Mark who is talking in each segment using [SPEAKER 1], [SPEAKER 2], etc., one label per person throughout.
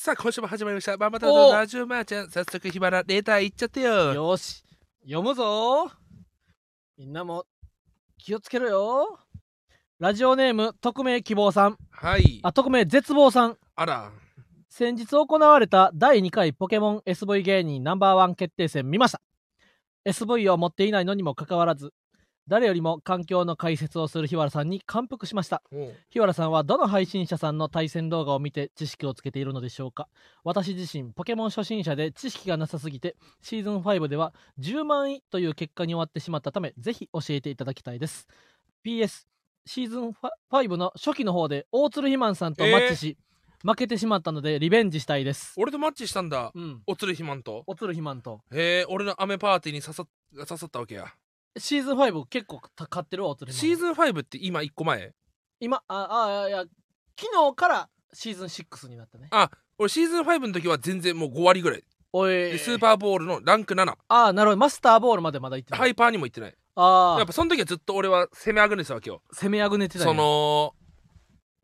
[SPEAKER 1] さあ、今週も始まりました。ママタ
[SPEAKER 2] お
[SPEAKER 1] の
[SPEAKER 2] う
[SPEAKER 1] ラジオマーちゃん。早速、ヒマラ、レーター行っちゃってよ。
[SPEAKER 2] よし読むぞみんなも気をつけろよラジオネーム匿名希望さん
[SPEAKER 1] はい。あ
[SPEAKER 2] あ匿名絶望さん
[SPEAKER 1] ら。
[SPEAKER 2] 先日行われた第2回ポケモン SV 芸人ナンバーワン決定戦見ました SV を持っていないのにもかかわらず誰よりも環境の解説をする日原さんに感服しました
[SPEAKER 1] おう
[SPEAKER 2] 日原さんはどの配信者さんの対戦動画を見て知識をつけているのでしょうか私自身ポケモン初心者で知識がなさすぎてシーズン5では10万位という結果に終わってしまったためぜひ教えていただきたいです PS シーズン5の初期の方で大鶴ひまんさんとマッチし、負けてしまったのでリベンジしたいです
[SPEAKER 1] 俺とマッチしたんだ。
[SPEAKER 2] うん
[SPEAKER 1] おつるひまんと。
[SPEAKER 2] 大鶴ひまんと
[SPEAKER 1] へえ、俺のアメパーティーに刺さ刺さったわけや。
[SPEAKER 2] シーズン5結構た買ってるわ大鶴ひまん
[SPEAKER 1] シーズン5って今1個前
[SPEAKER 2] 今ああいやいや昨日からシーズン6になったね
[SPEAKER 1] あ、俺シーズン5の時は全然もう5割ぐらい。
[SPEAKER 2] おい
[SPEAKER 1] でスーパーボールのランク7。
[SPEAKER 2] ああなるほどマスターボールまでまだ行ってない
[SPEAKER 1] ハイパーにも行ってない。
[SPEAKER 2] ああ、
[SPEAKER 1] やっぱその時はずっと俺は攻めあぐねてたわけよ。
[SPEAKER 2] 攻めあぐねてたん
[SPEAKER 1] そ、
[SPEAKER 2] や
[SPEAKER 1] の、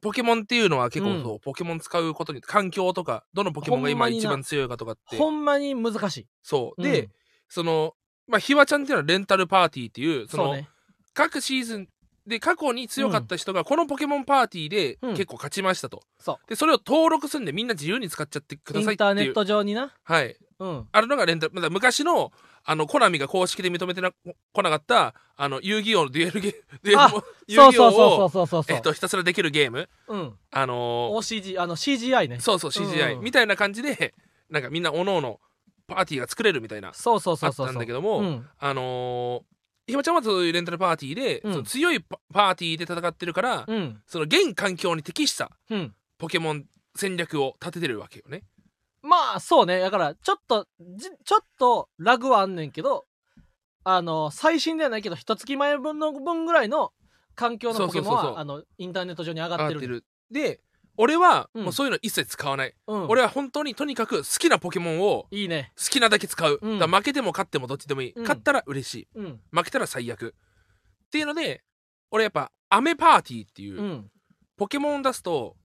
[SPEAKER 1] ポケモンっていうのは結構そう、
[SPEAKER 2] う
[SPEAKER 1] ポケモン使うことに、環境とか、どのポケモンが今
[SPEAKER 2] ほんまにな
[SPEAKER 1] 一番強いかとかって。
[SPEAKER 2] ほんまに難しい。
[SPEAKER 1] そう。
[SPEAKER 2] うん
[SPEAKER 1] で、その、まあ、ひわちゃんっていうのはレンタルパーティーっていう、そ
[SPEAKER 2] そ
[SPEAKER 1] の、
[SPEAKER 2] うね。
[SPEAKER 1] 各シーズンで過去に強かった人が、このポケモンパーティーで
[SPEAKER 2] うん
[SPEAKER 1] 結構勝ちましたと。
[SPEAKER 2] そ
[SPEAKER 1] で、それを登録するんで、みんな自由に使っちゃってく
[SPEAKER 2] う。
[SPEAKER 1] だ
[SPEAKER 2] イ
[SPEAKER 1] さいって
[SPEAKER 2] ンターネ
[SPEAKER 1] い
[SPEAKER 2] ッ
[SPEAKER 1] う。
[SPEAKER 2] ト上にな。
[SPEAKER 1] はい。
[SPEAKER 2] うん。
[SPEAKER 1] あるのがレンタル、まだ昔の、あの、コナミが公式で認めてな、来なかった、あの、遊戯王のデュエルゲーム、デュエルも遊
[SPEAKER 2] そう
[SPEAKER 1] 戯
[SPEAKER 2] そうそ
[SPEAKER 1] 王
[SPEAKER 2] う
[SPEAKER 1] を、
[SPEAKER 2] そうそうそう。
[SPEAKER 1] えっと、ひたすらできるゲーム。
[SPEAKER 2] うん。
[SPEAKER 1] あのー
[SPEAKER 2] OCG、あの CGI ね。
[SPEAKER 1] そうそう
[SPEAKER 2] う
[SPEAKER 1] CGI
[SPEAKER 2] ん
[SPEAKER 1] みたいな感じでなんかみんなおのおのパーティーが作れるみたいな
[SPEAKER 2] そうそう
[SPEAKER 1] あ
[SPEAKER 2] そう
[SPEAKER 1] っ
[SPEAKER 2] そう。
[SPEAKER 1] たんだけども、
[SPEAKER 2] うん。
[SPEAKER 1] あのー、ひまちゃんはそういうレンタルパーティーで、
[SPEAKER 2] うん
[SPEAKER 1] その強いパパーティーで戦ってるから、
[SPEAKER 2] うん。
[SPEAKER 1] その現環境に適した
[SPEAKER 2] うん。
[SPEAKER 1] ポケモン戦略を立ててるわけよね。
[SPEAKER 2] まあ、そうね。だから、ちょっと、じちょっとラグはあんねんけど、あの、最新ではないけど、一月前分の分ぐらいの環境のポケモ
[SPEAKER 1] そうそ
[SPEAKER 2] ン
[SPEAKER 1] うそうそう
[SPEAKER 2] は、あの、インターネット上に上がって
[SPEAKER 1] 上がって
[SPEAKER 2] る。
[SPEAKER 1] るで俺は
[SPEAKER 2] うん
[SPEAKER 1] もうそういうの一切使わない、
[SPEAKER 2] うん。
[SPEAKER 1] 俺は本当にとにかく好きなポケモンを
[SPEAKER 2] いいね。
[SPEAKER 1] 好きなだけ使う、
[SPEAKER 2] うん
[SPEAKER 1] だから負けても勝ってもどっちでもいい、
[SPEAKER 2] うん
[SPEAKER 1] 勝ったら嬉しい
[SPEAKER 2] うん。
[SPEAKER 1] 負けたら最悪っていうので俺やっぱアメパーティーっていう、
[SPEAKER 2] うん。
[SPEAKER 1] ポケモンを出すと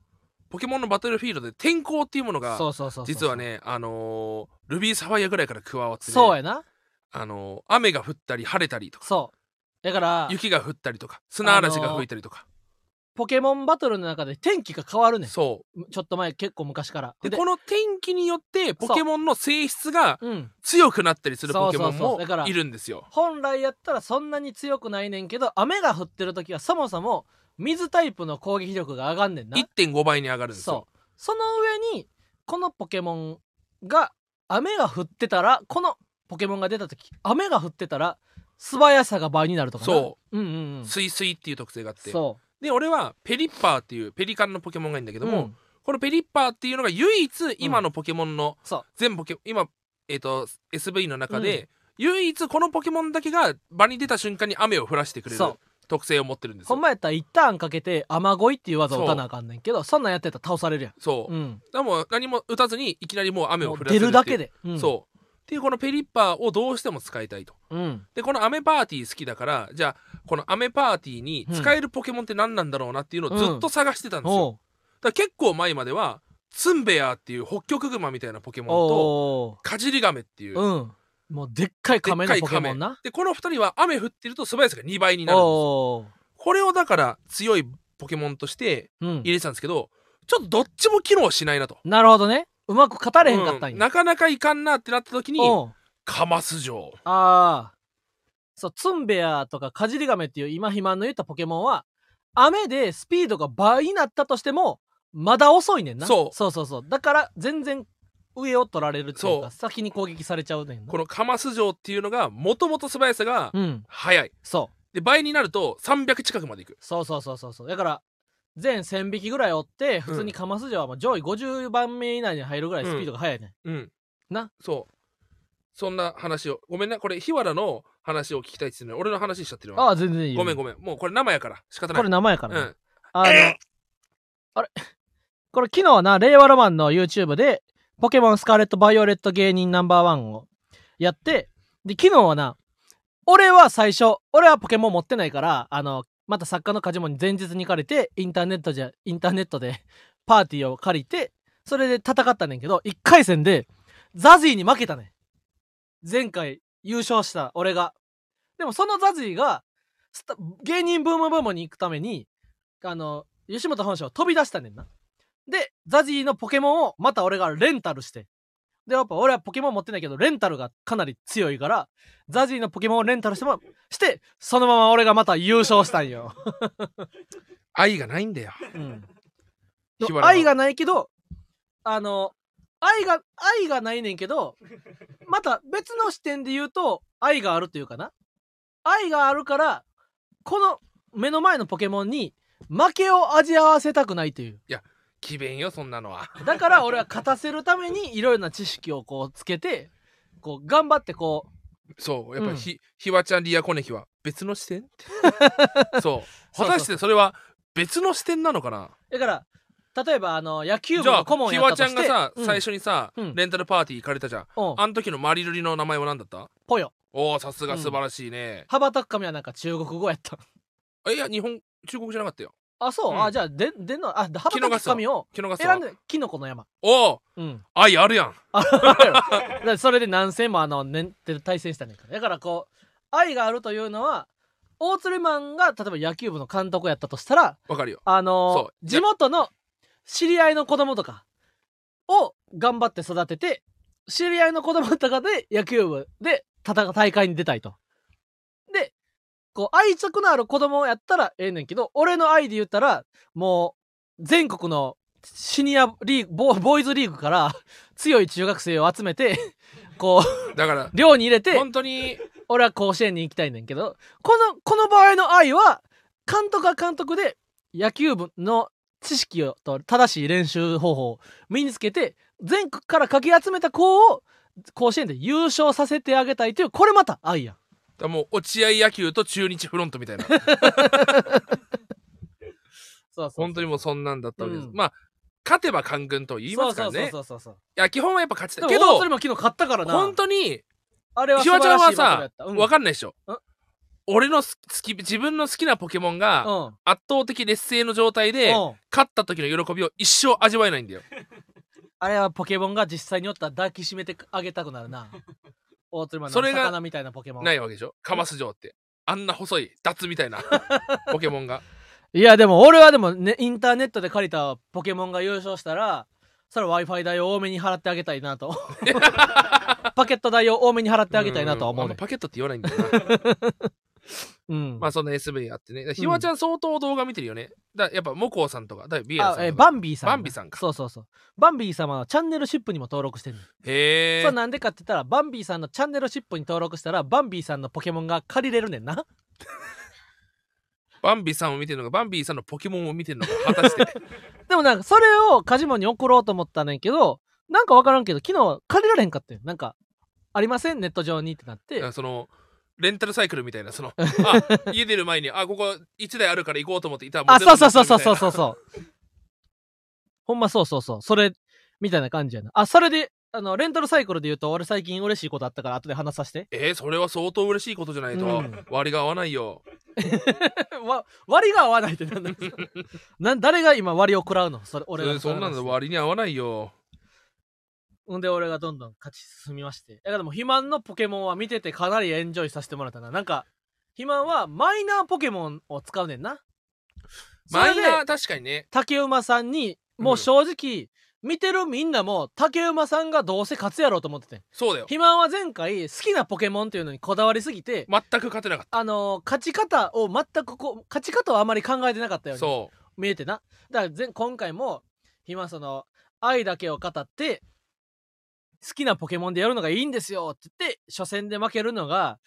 [SPEAKER 1] ポケモンのバトルフィールドで天候っていうものが
[SPEAKER 2] そうそうそうそう。
[SPEAKER 1] 実は。ねあのールビーサファイアぐらいから加わってね、
[SPEAKER 2] そうやな。
[SPEAKER 1] あのー雨が降ったり晴れたりとか
[SPEAKER 2] そう。だから、
[SPEAKER 1] 雪が降ったりとか砂嵐が吹いたりとか、
[SPEAKER 2] ポケモンバトルの中で天気が変わるねん
[SPEAKER 1] そ
[SPEAKER 2] ちょっと前結構昔から
[SPEAKER 1] うで
[SPEAKER 2] で
[SPEAKER 1] この天気によってポケモンの性質が
[SPEAKER 2] うん、
[SPEAKER 1] 強くなったりする
[SPEAKER 2] そう
[SPEAKER 1] ポ
[SPEAKER 2] そ
[SPEAKER 1] ケ
[SPEAKER 2] う
[SPEAKER 1] モン
[SPEAKER 2] そう
[SPEAKER 1] も
[SPEAKER 2] だから
[SPEAKER 1] いるんですよ
[SPEAKER 2] 本来やったらそんなに強くないねんけど雨が降ってる時はそもそも水タイプの攻撃力が上がんねんな
[SPEAKER 1] 1.5倍に上がるんですよ
[SPEAKER 2] そうその上にこのポケモンが雨が降ってたらこのポケモンが出た時雨が降ってたら素早さが倍になるとかな
[SPEAKER 1] そう
[SPEAKER 2] うんうんうん
[SPEAKER 1] スイスイっていう特性があって
[SPEAKER 2] そ
[SPEAKER 1] で俺はペリッパーっていうペリカンのポケモンがいいんだけ
[SPEAKER 2] う
[SPEAKER 1] ども、
[SPEAKER 2] うん
[SPEAKER 1] このペリッパーっていうのが唯一今のポケモンの
[SPEAKER 2] そう
[SPEAKER 1] 全ポケ今、えー、と SV の中で、唯一このポケモンだけが場に出た瞬間に雨を降らしてくれる
[SPEAKER 2] そう
[SPEAKER 1] 特性を持ってるんです
[SPEAKER 2] ほん
[SPEAKER 1] よ。
[SPEAKER 2] まやったら一ターンかけて雨乞いっていう技を打たなあかんねんけどそんなんやってたら倒されるやん
[SPEAKER 1] そう、
[SPEAKER 2] うん
[SPEAKER 1] だからもう何も打たずにいきなりもう雨を降
[SPEAKER 2] もう
[SPEAKER 1] らせる
[SPEAKER 2] 出
[SPEAKER 1] っていう
[SPEAKER 2] るだけ、で、うん
[SPEAKER 1] そうっていうこのペリッパーをどうしても使いたいと
[SPEAKER 2] うん
[SPEAKER 1] でこの雨パーティー好きだからじゃあこの雨パーティーに使えるポケモンって何なんだろうなっていうのをずっと探してたんですよ、
[SPEAKER 2] おう
[SPEAKER 1] だから結構前まではツンベヤーっていう北極熊みたいなポケモンと
[SPEAKER 2] お
[SPEAKER 1] カジリガメっていう
[SPEAKER 2] ーうんもうでっかい亀のポケモンな
[SPEAKER 1] でこの2人は雨降ってると素早さが2倍になるんですよ
[SPEAKER 2] お
[SPEAKER 1] これをだから強いポケモンとして
[SPEAKER 2] ーうん
[SPEAKER 1] 入れてたんですけどちょっとどっちも機能しないなと、
[SPEAKER 2] なるほどねうまく語れへんかったんや、
[SPEAKER 1] うんなかなかいかんなってなった時に
[SPEAKER 2] おう
[SPEAKER 1] カマス城
[SPEAKER 2] ああそうツンベヤとかカジリガメっていう今肥満の言ったポケモンは雨でスピードが倍になったとしてもまだ遅いねんな
[SPEAKER 1] そう
[SPEAKER 2] そうそうそうだから全然上を取られるっていう
[SPEAKER 1] そ
[SPEAKER 2] か
[SPEAKER 1] う
[SPEAKER 2] 先に攻撃されちゃうねんな
[SPEAKER 1] このカマス城っていうのがもともと素早さが
[SPEAKER 2] うん
[SPEAKER 1] 速い
[SPEAKER 2] そう
[SPEAKER 1] で倍になると300近くまでいく
[SPEAKER 2] そうそうそうそうそうだから全1000匹ぐらいおって普通にカマスジはもう上位50番目以内に入るぐらいスピードが速いね、
[SPEAKER 1] うん
[SPEAKER 2] な
[SPEAKER 1] そうそんな話をごめんなこれ日原の話を聞きたいっつってね俺の話しちゃってる
[SPEAKER 2] あ
[SPEAKER 1] わ
[SPEAKER 2] あ全然いいよ
[SPEAKER 1] ごめんごめんもうこれ生やから仕方ない
[SPEAKER 2] これ名前やからね、
[SPEAKER 1] うん
[SPEAKER 2] あのあれ これ昨日な令和ロマンの YouTube でポケモンスカーレット・バイオレット芸人ナンバーワンをやってで昨日はな俺は最初俺はポケモン持ってないからあのまた作家のカジモンに前日に借りてインターネットじゃインターネットでパーティーを借りてそれで戦ったねんけど、1回戦で、ザジーに負けたねん。前回優勝した俺が。でもそのザジーが、スタ芸人ブームブームに行くために、あの、吉本本社を飛び出したねんな。で、ザジーのポケモンをまた俺がレンタルして。で、やっぱ俺はポケモン持ってないけど、レンタルがかなり強いから、ザジーのポケモンをレンタルしても、して、そのまま俺がまた優勝したんよ。
[SPEAKER 1] 愛がないんだよ。
[SPEAKER 2] うん。
[SPEAKER 1] しばらく
[SPEAKER 2] 愛がないけど、あの、愛が、愛がないねんけど、また別の視点で言うと、愛があるというかな。愛があるから、この目の前のポケモンに負けを味わわせたくないという。
[SPEAKER 1] 奇弁よ、そんなのは。
[SPEAKER 2] だから俺は勝たせるためにいろいろな知識をこうつけて、こう頑張ってこう、
[SPEAKER 1] そう、やっぱ
[SPEAKER 2] うん
[SPEAKER 1] りひ、ひわちゃん、リアコネヒは別の視 点そう。
[SPEAKER 2] そうそう
[SPEAKER 1] 果たしてそれは別の視点なのかな
[SPEAKER 2] だから、例えばあの、野球部
[SPEAKER 1] じゃ
[SPEAKER 2] の顧
[SPEAKER 1] あ、
[SPEAKER 2] 問
[SPEAKER 1] ひ
[SPEAKER 2] やっ
[SPEAKER 1] わ
[SPEAKER 2] た
[SPEAKER 1] ち
[SPEAKER 2] と
[SPEAKER 1] ゃ
[SPEAKER 2] し
[SPEAKER 1] ん
[SPEAKER 2] て
[SPEAKER 1] がさ、
[SPEAKER 2] うん
[SPEAKER 1] 最初にさ、
[SPEAKER 2] うん
[SPEAKER 1] レンタルパーティー行かれたじゃん。
[SPEAKER 2] うん、
[SPEAKER 1] あの時のマリルリの名前は何だった
[SPEAKER 2] ぽよ。
[SPEAKER 1] おお、さすが素晴らしいね。
[SPEAKER 2] 羽ばたく神はなんか中国語やった。
[SPEAKER 1] あいや、日本、中国じゃなかったよ。
[SPEAKER 2] あ、そう、
[SPEAKER 1] うん
[SPEAKER 2] あ、じゃあ、で、でんの、あ、羽ばたく神を
[SPEAKER 1] 昨日が
[SPEAKER 2] 選
[SPEAKER 1] さ
[SPEAKER 2] ん、で、キノコの山。
[SPEAKER 1] おお、
[SPEAKER 2] うん。
[SPEAKER 1] 愛あるやん。
[SPEAKER 2] あだからそれで何戦もあの、ねんって対戦したねんから。だからこう、愛があるというのは、大釣りマンが、例えば野球部の監督やったとしたら、
[SPEAKER 1] わかるよ。
[SPEAKER 2] あの
[SPEAKER 1] そう
[SPEAKER 2] ー地元の知り合いの子供とかを頑張って育てて、知り合いの子供とかで野球部で戦う大会に出たいと。で、こう、愛着のある子供やったらええねんけど、俺の愛で言ったら、もう、全国のシニアリーグ、ボーボーイズリーグから強い中学生を集めて、こう、
[SPEAKER 1] だから、
[SPEAKER 2] 寮に入れて、
[SPEAKER 1] 本当に、
[SPEAKER 2] 俺は甲子園に行きたいねんけどこのこの場合の愛は監督は監督で野球部の知識をと正しい練習方法を身につけて全国からかき集めた子を甲子園で優勝させてあげたいというこれまた愛やん
[SPEAKER 1] だからもう落合野球と中日フロントみ たいな。
[SPEAKER 2] そうそう
[SPEAKER 1] 本当にもうそんなんだったわけです。
[SPEAKER 2] うん
[SPEAKER 1] まあ、勝てば官軍と言いますからね。
[SPEAKER 2] そうそうそうそう
[SPEAKER 1] いや、基本はやっぱ勝ち
[SPEAKER 2] そ
[SPEAKER 1] た
[SPEAKER 2] う
[SPEAKER 1] い。け
[SPEAKER 2] でも大鶴
[SPEAKER 1] ど、
[SPEAKER 2] も昨日勝ったからな
[SPEAKER 1] 本当に、
[SPEAKER 2] あれは
[SPEAKER 1] ひ
[SPEAKER 2] 素
[SPEAKER 1] わ
[SPEAKER 2] 晴
[SPEAKER 1] ちゃんはい
[SPEAKER 2] らしバトルや
[SPEAKER 1] さ
[SPEAKER 2] った、
[SPEAKER 1] わかんないでしょ
[SPEAKER 2] ん。
[SPEAKER 1] 俺のす好き、自分の好きなポケモンが、
[SPEAKER 2] うん
[SPEAKER 1] 圧倒的劣勢の状態で、
[SPEAKER 2] うん
[SPEAKER 1] 勝った時の喜びを一生味わえないんだよ。
[SPEAKER 2] あれはポケモンが実際におったら抱きしめてあげたくな るな大鶴マンの
[SPEAKER 1] それが
[SPEAKER 2] 魚みたいなポケモン
[SPEAKER 1] ないわけでしょ。カマス城って。あんな細い、ダツみた いなポケモンが。
[SPEAKER 2] いやでも俺はでもねインターネットで借りたポケモンが優勝したらそれ w i f i 代を多めに払ってあげたい なとパケット代を多めに払ってあげたいなとは思う
[SPEAKER 1] うんあん
[SPEAKER 2] ね
[SPEAKER 1] まパケットって言わないんだよ な。
[SPEAKER 2] うん
[SPEAKER 1] まあそんな SV あってね。だからひわちゃん相当動画見てるよね。だからやっぱ、モコウさんとか、だからビエラ
[SPEAKER 2] あ
[SPEAKER 1] さん
[SPEAKER 2] え
[SPEAKER 1] とか。
[SPEAKER 2] バンビーさんね
[SPEAKER 1] バンビさんか
[SPEAKER 2] そうそうそうバンビー様はチャンネルシップにも登録してるの、
[SPEAKER 1] へえ。
[SPEAKER 2] そうなんでかって言ったらバンビーさんのチャンネルシップに登録したらバンビーさんのポケモンが借りれるねんな
[SPEAKER 1] バンビさんを見てるのか、バンビさんのポケモンを見てるのか、果たして。
[SPEAKER 2] でもなんかそれをカジモンに送ろうと思ったねんけどなんかわからんけど昨日借りられへんかったよなんかありませんネット上にってなって
[SPEAKER 1] あそのレンタルサイクルみたいな そのあ家出る前にあここ1台あるから行こうと思っていたらも
[SPEAKER 2] あ、
[SPEAKER 1] 全部
[SPEAKER 2] そうそうそうそうそ
[SPEAKER 1] み。
[SPEAKER 2] うそうそう。ほんまそうそうそう。それ、みたいな感じやな。あ、それで、あの、レンタルサイクルで言うと、俺最近嬉しいことあったから、後で話させて
[SPEAKER 1] たいなえー、それは相当嬉しいことじゃないと、
[SPEAKER 2] うん
[SPEAKER 1] 割が合わないよ
[SPEAKER 2] わ、割が合わないってなんだ な誰が今割を食らうのそれ、俺
[SPEAKER 1] そ
[SPEAKER 2] が。
[SPEAKER 1] れそんなの割に合わないよ
[SPEAKER 2] ほんで、俺がどんどん勝ち進みまして。だからもう、肥満のポケモンは見ててかなりエンジョイさせてもらったな。なんか、肥満はマイナーポケモンを使うねんな。そ
[SPEAKER 1] マ
[SPEAKER 2] れ
[SPEAKER 1] イ
[SPEAKER 2] で
[SPEAKER 1] ナー確かにね
[SPEAKER 2] 竹馬さんに、もう正直、見てるみんなも竹馬さんがどうせ勝つやろうと思っててん
[SPEAKER 1] そうだよ
[SPEAKER 2] 肥満は前回好きなポケモンっていうのにこだわりすぎて、
[SPEAKER 1] 全く勝てなかっ
[SPEAKER 2] あのー勝ち方を全くこう勝ち方をあまり考えてなかったよ
[SPEAKER 1] た
[SPEAKER 2] うに
[SPEAKER 1] そう
[SPEAKER 2] 見えてなだから前今回も肥満その愛だけを語って好きなポケモンでやるのがいいんですよって言って初戦で負けるのが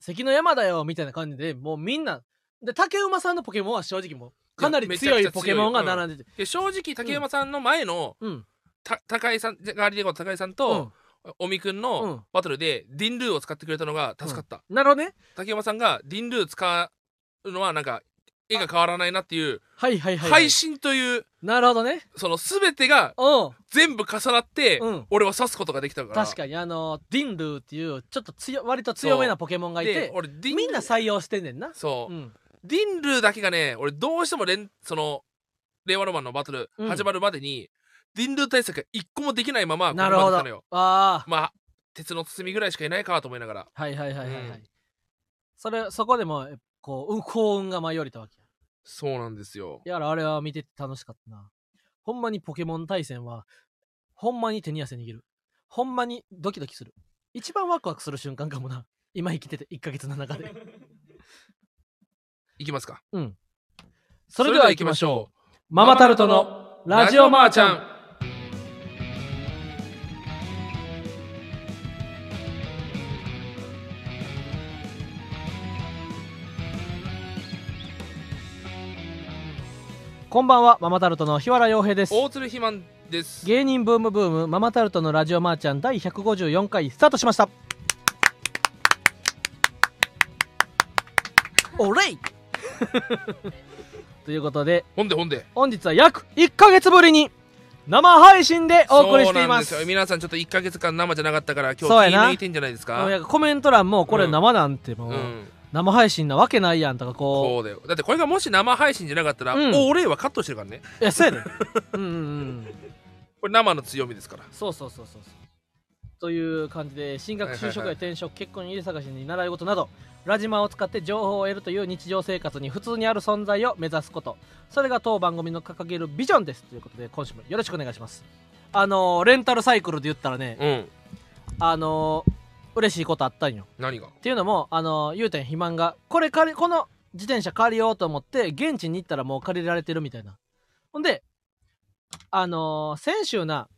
[SPEAKER 2] 関の山だよみたいな感じでもうみんなで竹馬さんのポケモンは正直もうかなり強いポケモンが並んでて
[SPEAKER 1] で正直竹山さんの前の、
[SPEAKER 2] うん
[SPEAKER 1] た高井さんガーリデコの高井さんと、おみくん
[SPEAKER 2] う
[SPEAKER 1] の
[SPEAKER 2] ん
[SPEAKER 1] バトルでディンルーを使ってくれたのが助かった、
[SPEAKER 2] うん、なるほどね
[SPEAKER 1] 竹山さんがディンルー使うのはなんか絵が変わらないなっていう
[SPEAKER 2] はいはいはい、はい、
[SPEAKER 1] 配信という
[SPEAKER 2] なるほどね
[SPEAKER 1] その全てが
[SPEAKER 2] うん
[SPEAKER 1] 全部重なって、
[SPEAKER 2] うん
[SPEAKER 1] 俺は刺すことができたから
[SPEAKER 2] 確かにあのディンルーっていうちょっと強割と強めなポケモンがい
[SPEAKER 1] で
[SPEAKER 2] て
[SPEAKER 1] 俺ディンルー
[SPEAKER 2] みんな採用してんねんな、
[SPEAKER 1] そう、
[SPEAKER 2] うん、
[SPEAKER 1] ディンルーだけがね俺どうしても連その令和ロマンのバトル
[SPEAKER 2] うん
[SPEAKER 1] 始まるまでに、人類対策が一個もできないままここ
[SPEAKER 2] な
[SPEAKER 1] ま
[SPEAKER 2] る
[SPEAKER 1] で
[SPEAKER 2] ほ
[SPEAKER 1] 来
[SPEAKER 2] ど
[SPEAKER 1] たのよ
[SPEAKER 2] ああ
[SPEAKER 1] まあ鉄の包みぐらいしかいないかと思いながら
[SPEAKER 2] はいはいはいはいはい、
[SPEAKER 1] うん
[SPEAKER 2] それそこでもこううん幸運が舞い降りたわけや
[SPEAKER 1] そうなんですよ
[SPEAKER 2] いやらあれは見てて楽しかったなほんまにポケモン対戦はほんまに手に汗握るほんまにドキドキする一番ワクワクする瞬間かもな今生きてて1ヶ月 の中で
[SPEAKER 1] いきますか
[SPEAKER 2] それでは行きましょう
[SPEAKER 1] ょう
[SPEAKER 2] ママタルトのラジオマーちゃんこんばんはママタルトの日原洋平です
[SPEAKER 1] 大鶴ひまんです
[SPEAKER 2] 芸人ブームブームママタルトのラジオマーちゃん第154回スタートしましたおれい ということで
[SPEAKER 1] ほんでほんで
[SPEAKER 2] 本日は約1ヶ月ぶりに生配信でお送りして
[SPEAKER 1] そ
[SPEAKER 2] います
[SPEAKER 1] うなんですよ皆さんちょっと1か月間生じゃなかったから今日気
[SPEAKER 2] そうやな
[SPEAKER 1] 抜いてんじゃないです
[SPEAKER 2] もう
[SPEAKER 1] か
[SPEAKER 2] なんかコメント欄もこれ
[SPEAKER 1] うん
[SPEAKER 2] 生なんても
[SPEAKER 1] う
[SPEAKER 2] う、
[SPEAKER 1] ん
[SPEAKER 2] 生配信なわけないやんとかこ
[SPEAKER 1] そうだよだってこれがもし生配信じゃなかったら、
[SPEAKER 2] うん
[SPEAKER 1] お礼はカットしてるからね
[SPEAKER 2] ういやそうやで うんうんうん
[SPEAKER 1] これ生の強みですから
[SPEAKER 2] そうそうそうそうそうという感じで進学
[SPEAKER 1] はいはい
[SPEAKER 2] 就
[SPEAKER 1] はい
[SPEAKER 2] 職や転職結婚家探しに習い事などラジマを使って情報を得るという日常生活に普通にある存在を目指すことそれが当番組の掲げるビジョンですということで今週もよろしくお願いしますあのーレンタルサイクルで言ったらね
[SPEAKER 1] うん
[SPEAKER 2] あのー嬉しいことあったんよ
[SPEAKER 1] 何が
[SPEAKER 2] っていうのもあのゆうてん肥満がこれ借りこの自転車借りようと思って現地に行ったらもう借りられてるみたいなほんであのー先週な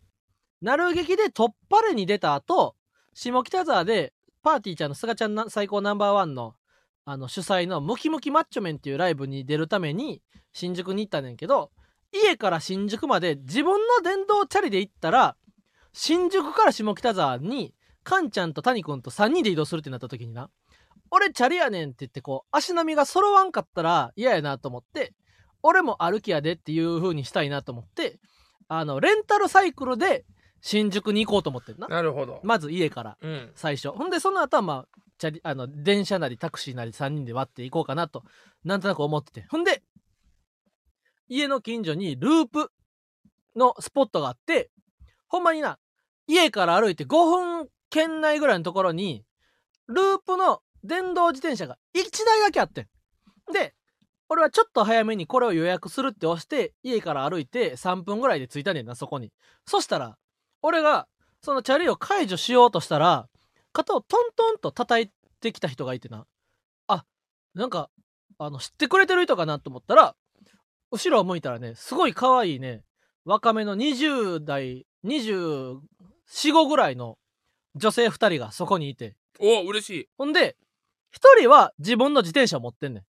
[SPEAKER 2] 鳴る劇で突破れに出た後下北沢でパーティーちゃんのすがちゃんな最高ナンバーワンのあの主催のムキムキマッチョメンっていうライブに出るために新宿に行ったねんけど家から新宿まで自分の電動チャリで行ったら新宿から下北沢にカンちゃんと谷君と3人で移動するってなった時にな俺チャリやねんって言ってこう足並みが揃わんかったら嫌やなと思って俺も歩きやでっていう風にしたいなと思ってあのレンタルサイクルで新宿に行こうと思ってんな
[SPEAKER 1] なるほど、
[SPEAKER 2] まず家から
[SPEAKER 1] うん
[SPEAKER 2] 最初ほんでその後はまあチャリあの電車なりタクシーなり3人で割っていこうかなとなんとなく思っててほんで家の近所にループのスポットがあってほんまにな家から歩いて5分圏内ぐらいのところにループの電動自転車が1台だけあってんで俺はちょっと早めにこれを予約するって押して家から歩いて3分ぐらいで着いたねんなそこにそしたら俺がそのチャリを解除しようとしたら肩をトントンと叩いてきた人がいてなあなんかあの知ってくれてる人かなと思ったら後ろを向いたらねすごい可愛いね若めの20代245ぐらいの女性2人がそこにいて
[SPEAKER 1] お嬉しい
[SPEAKER 2] ほんで1人は自分の自転車を持ってんね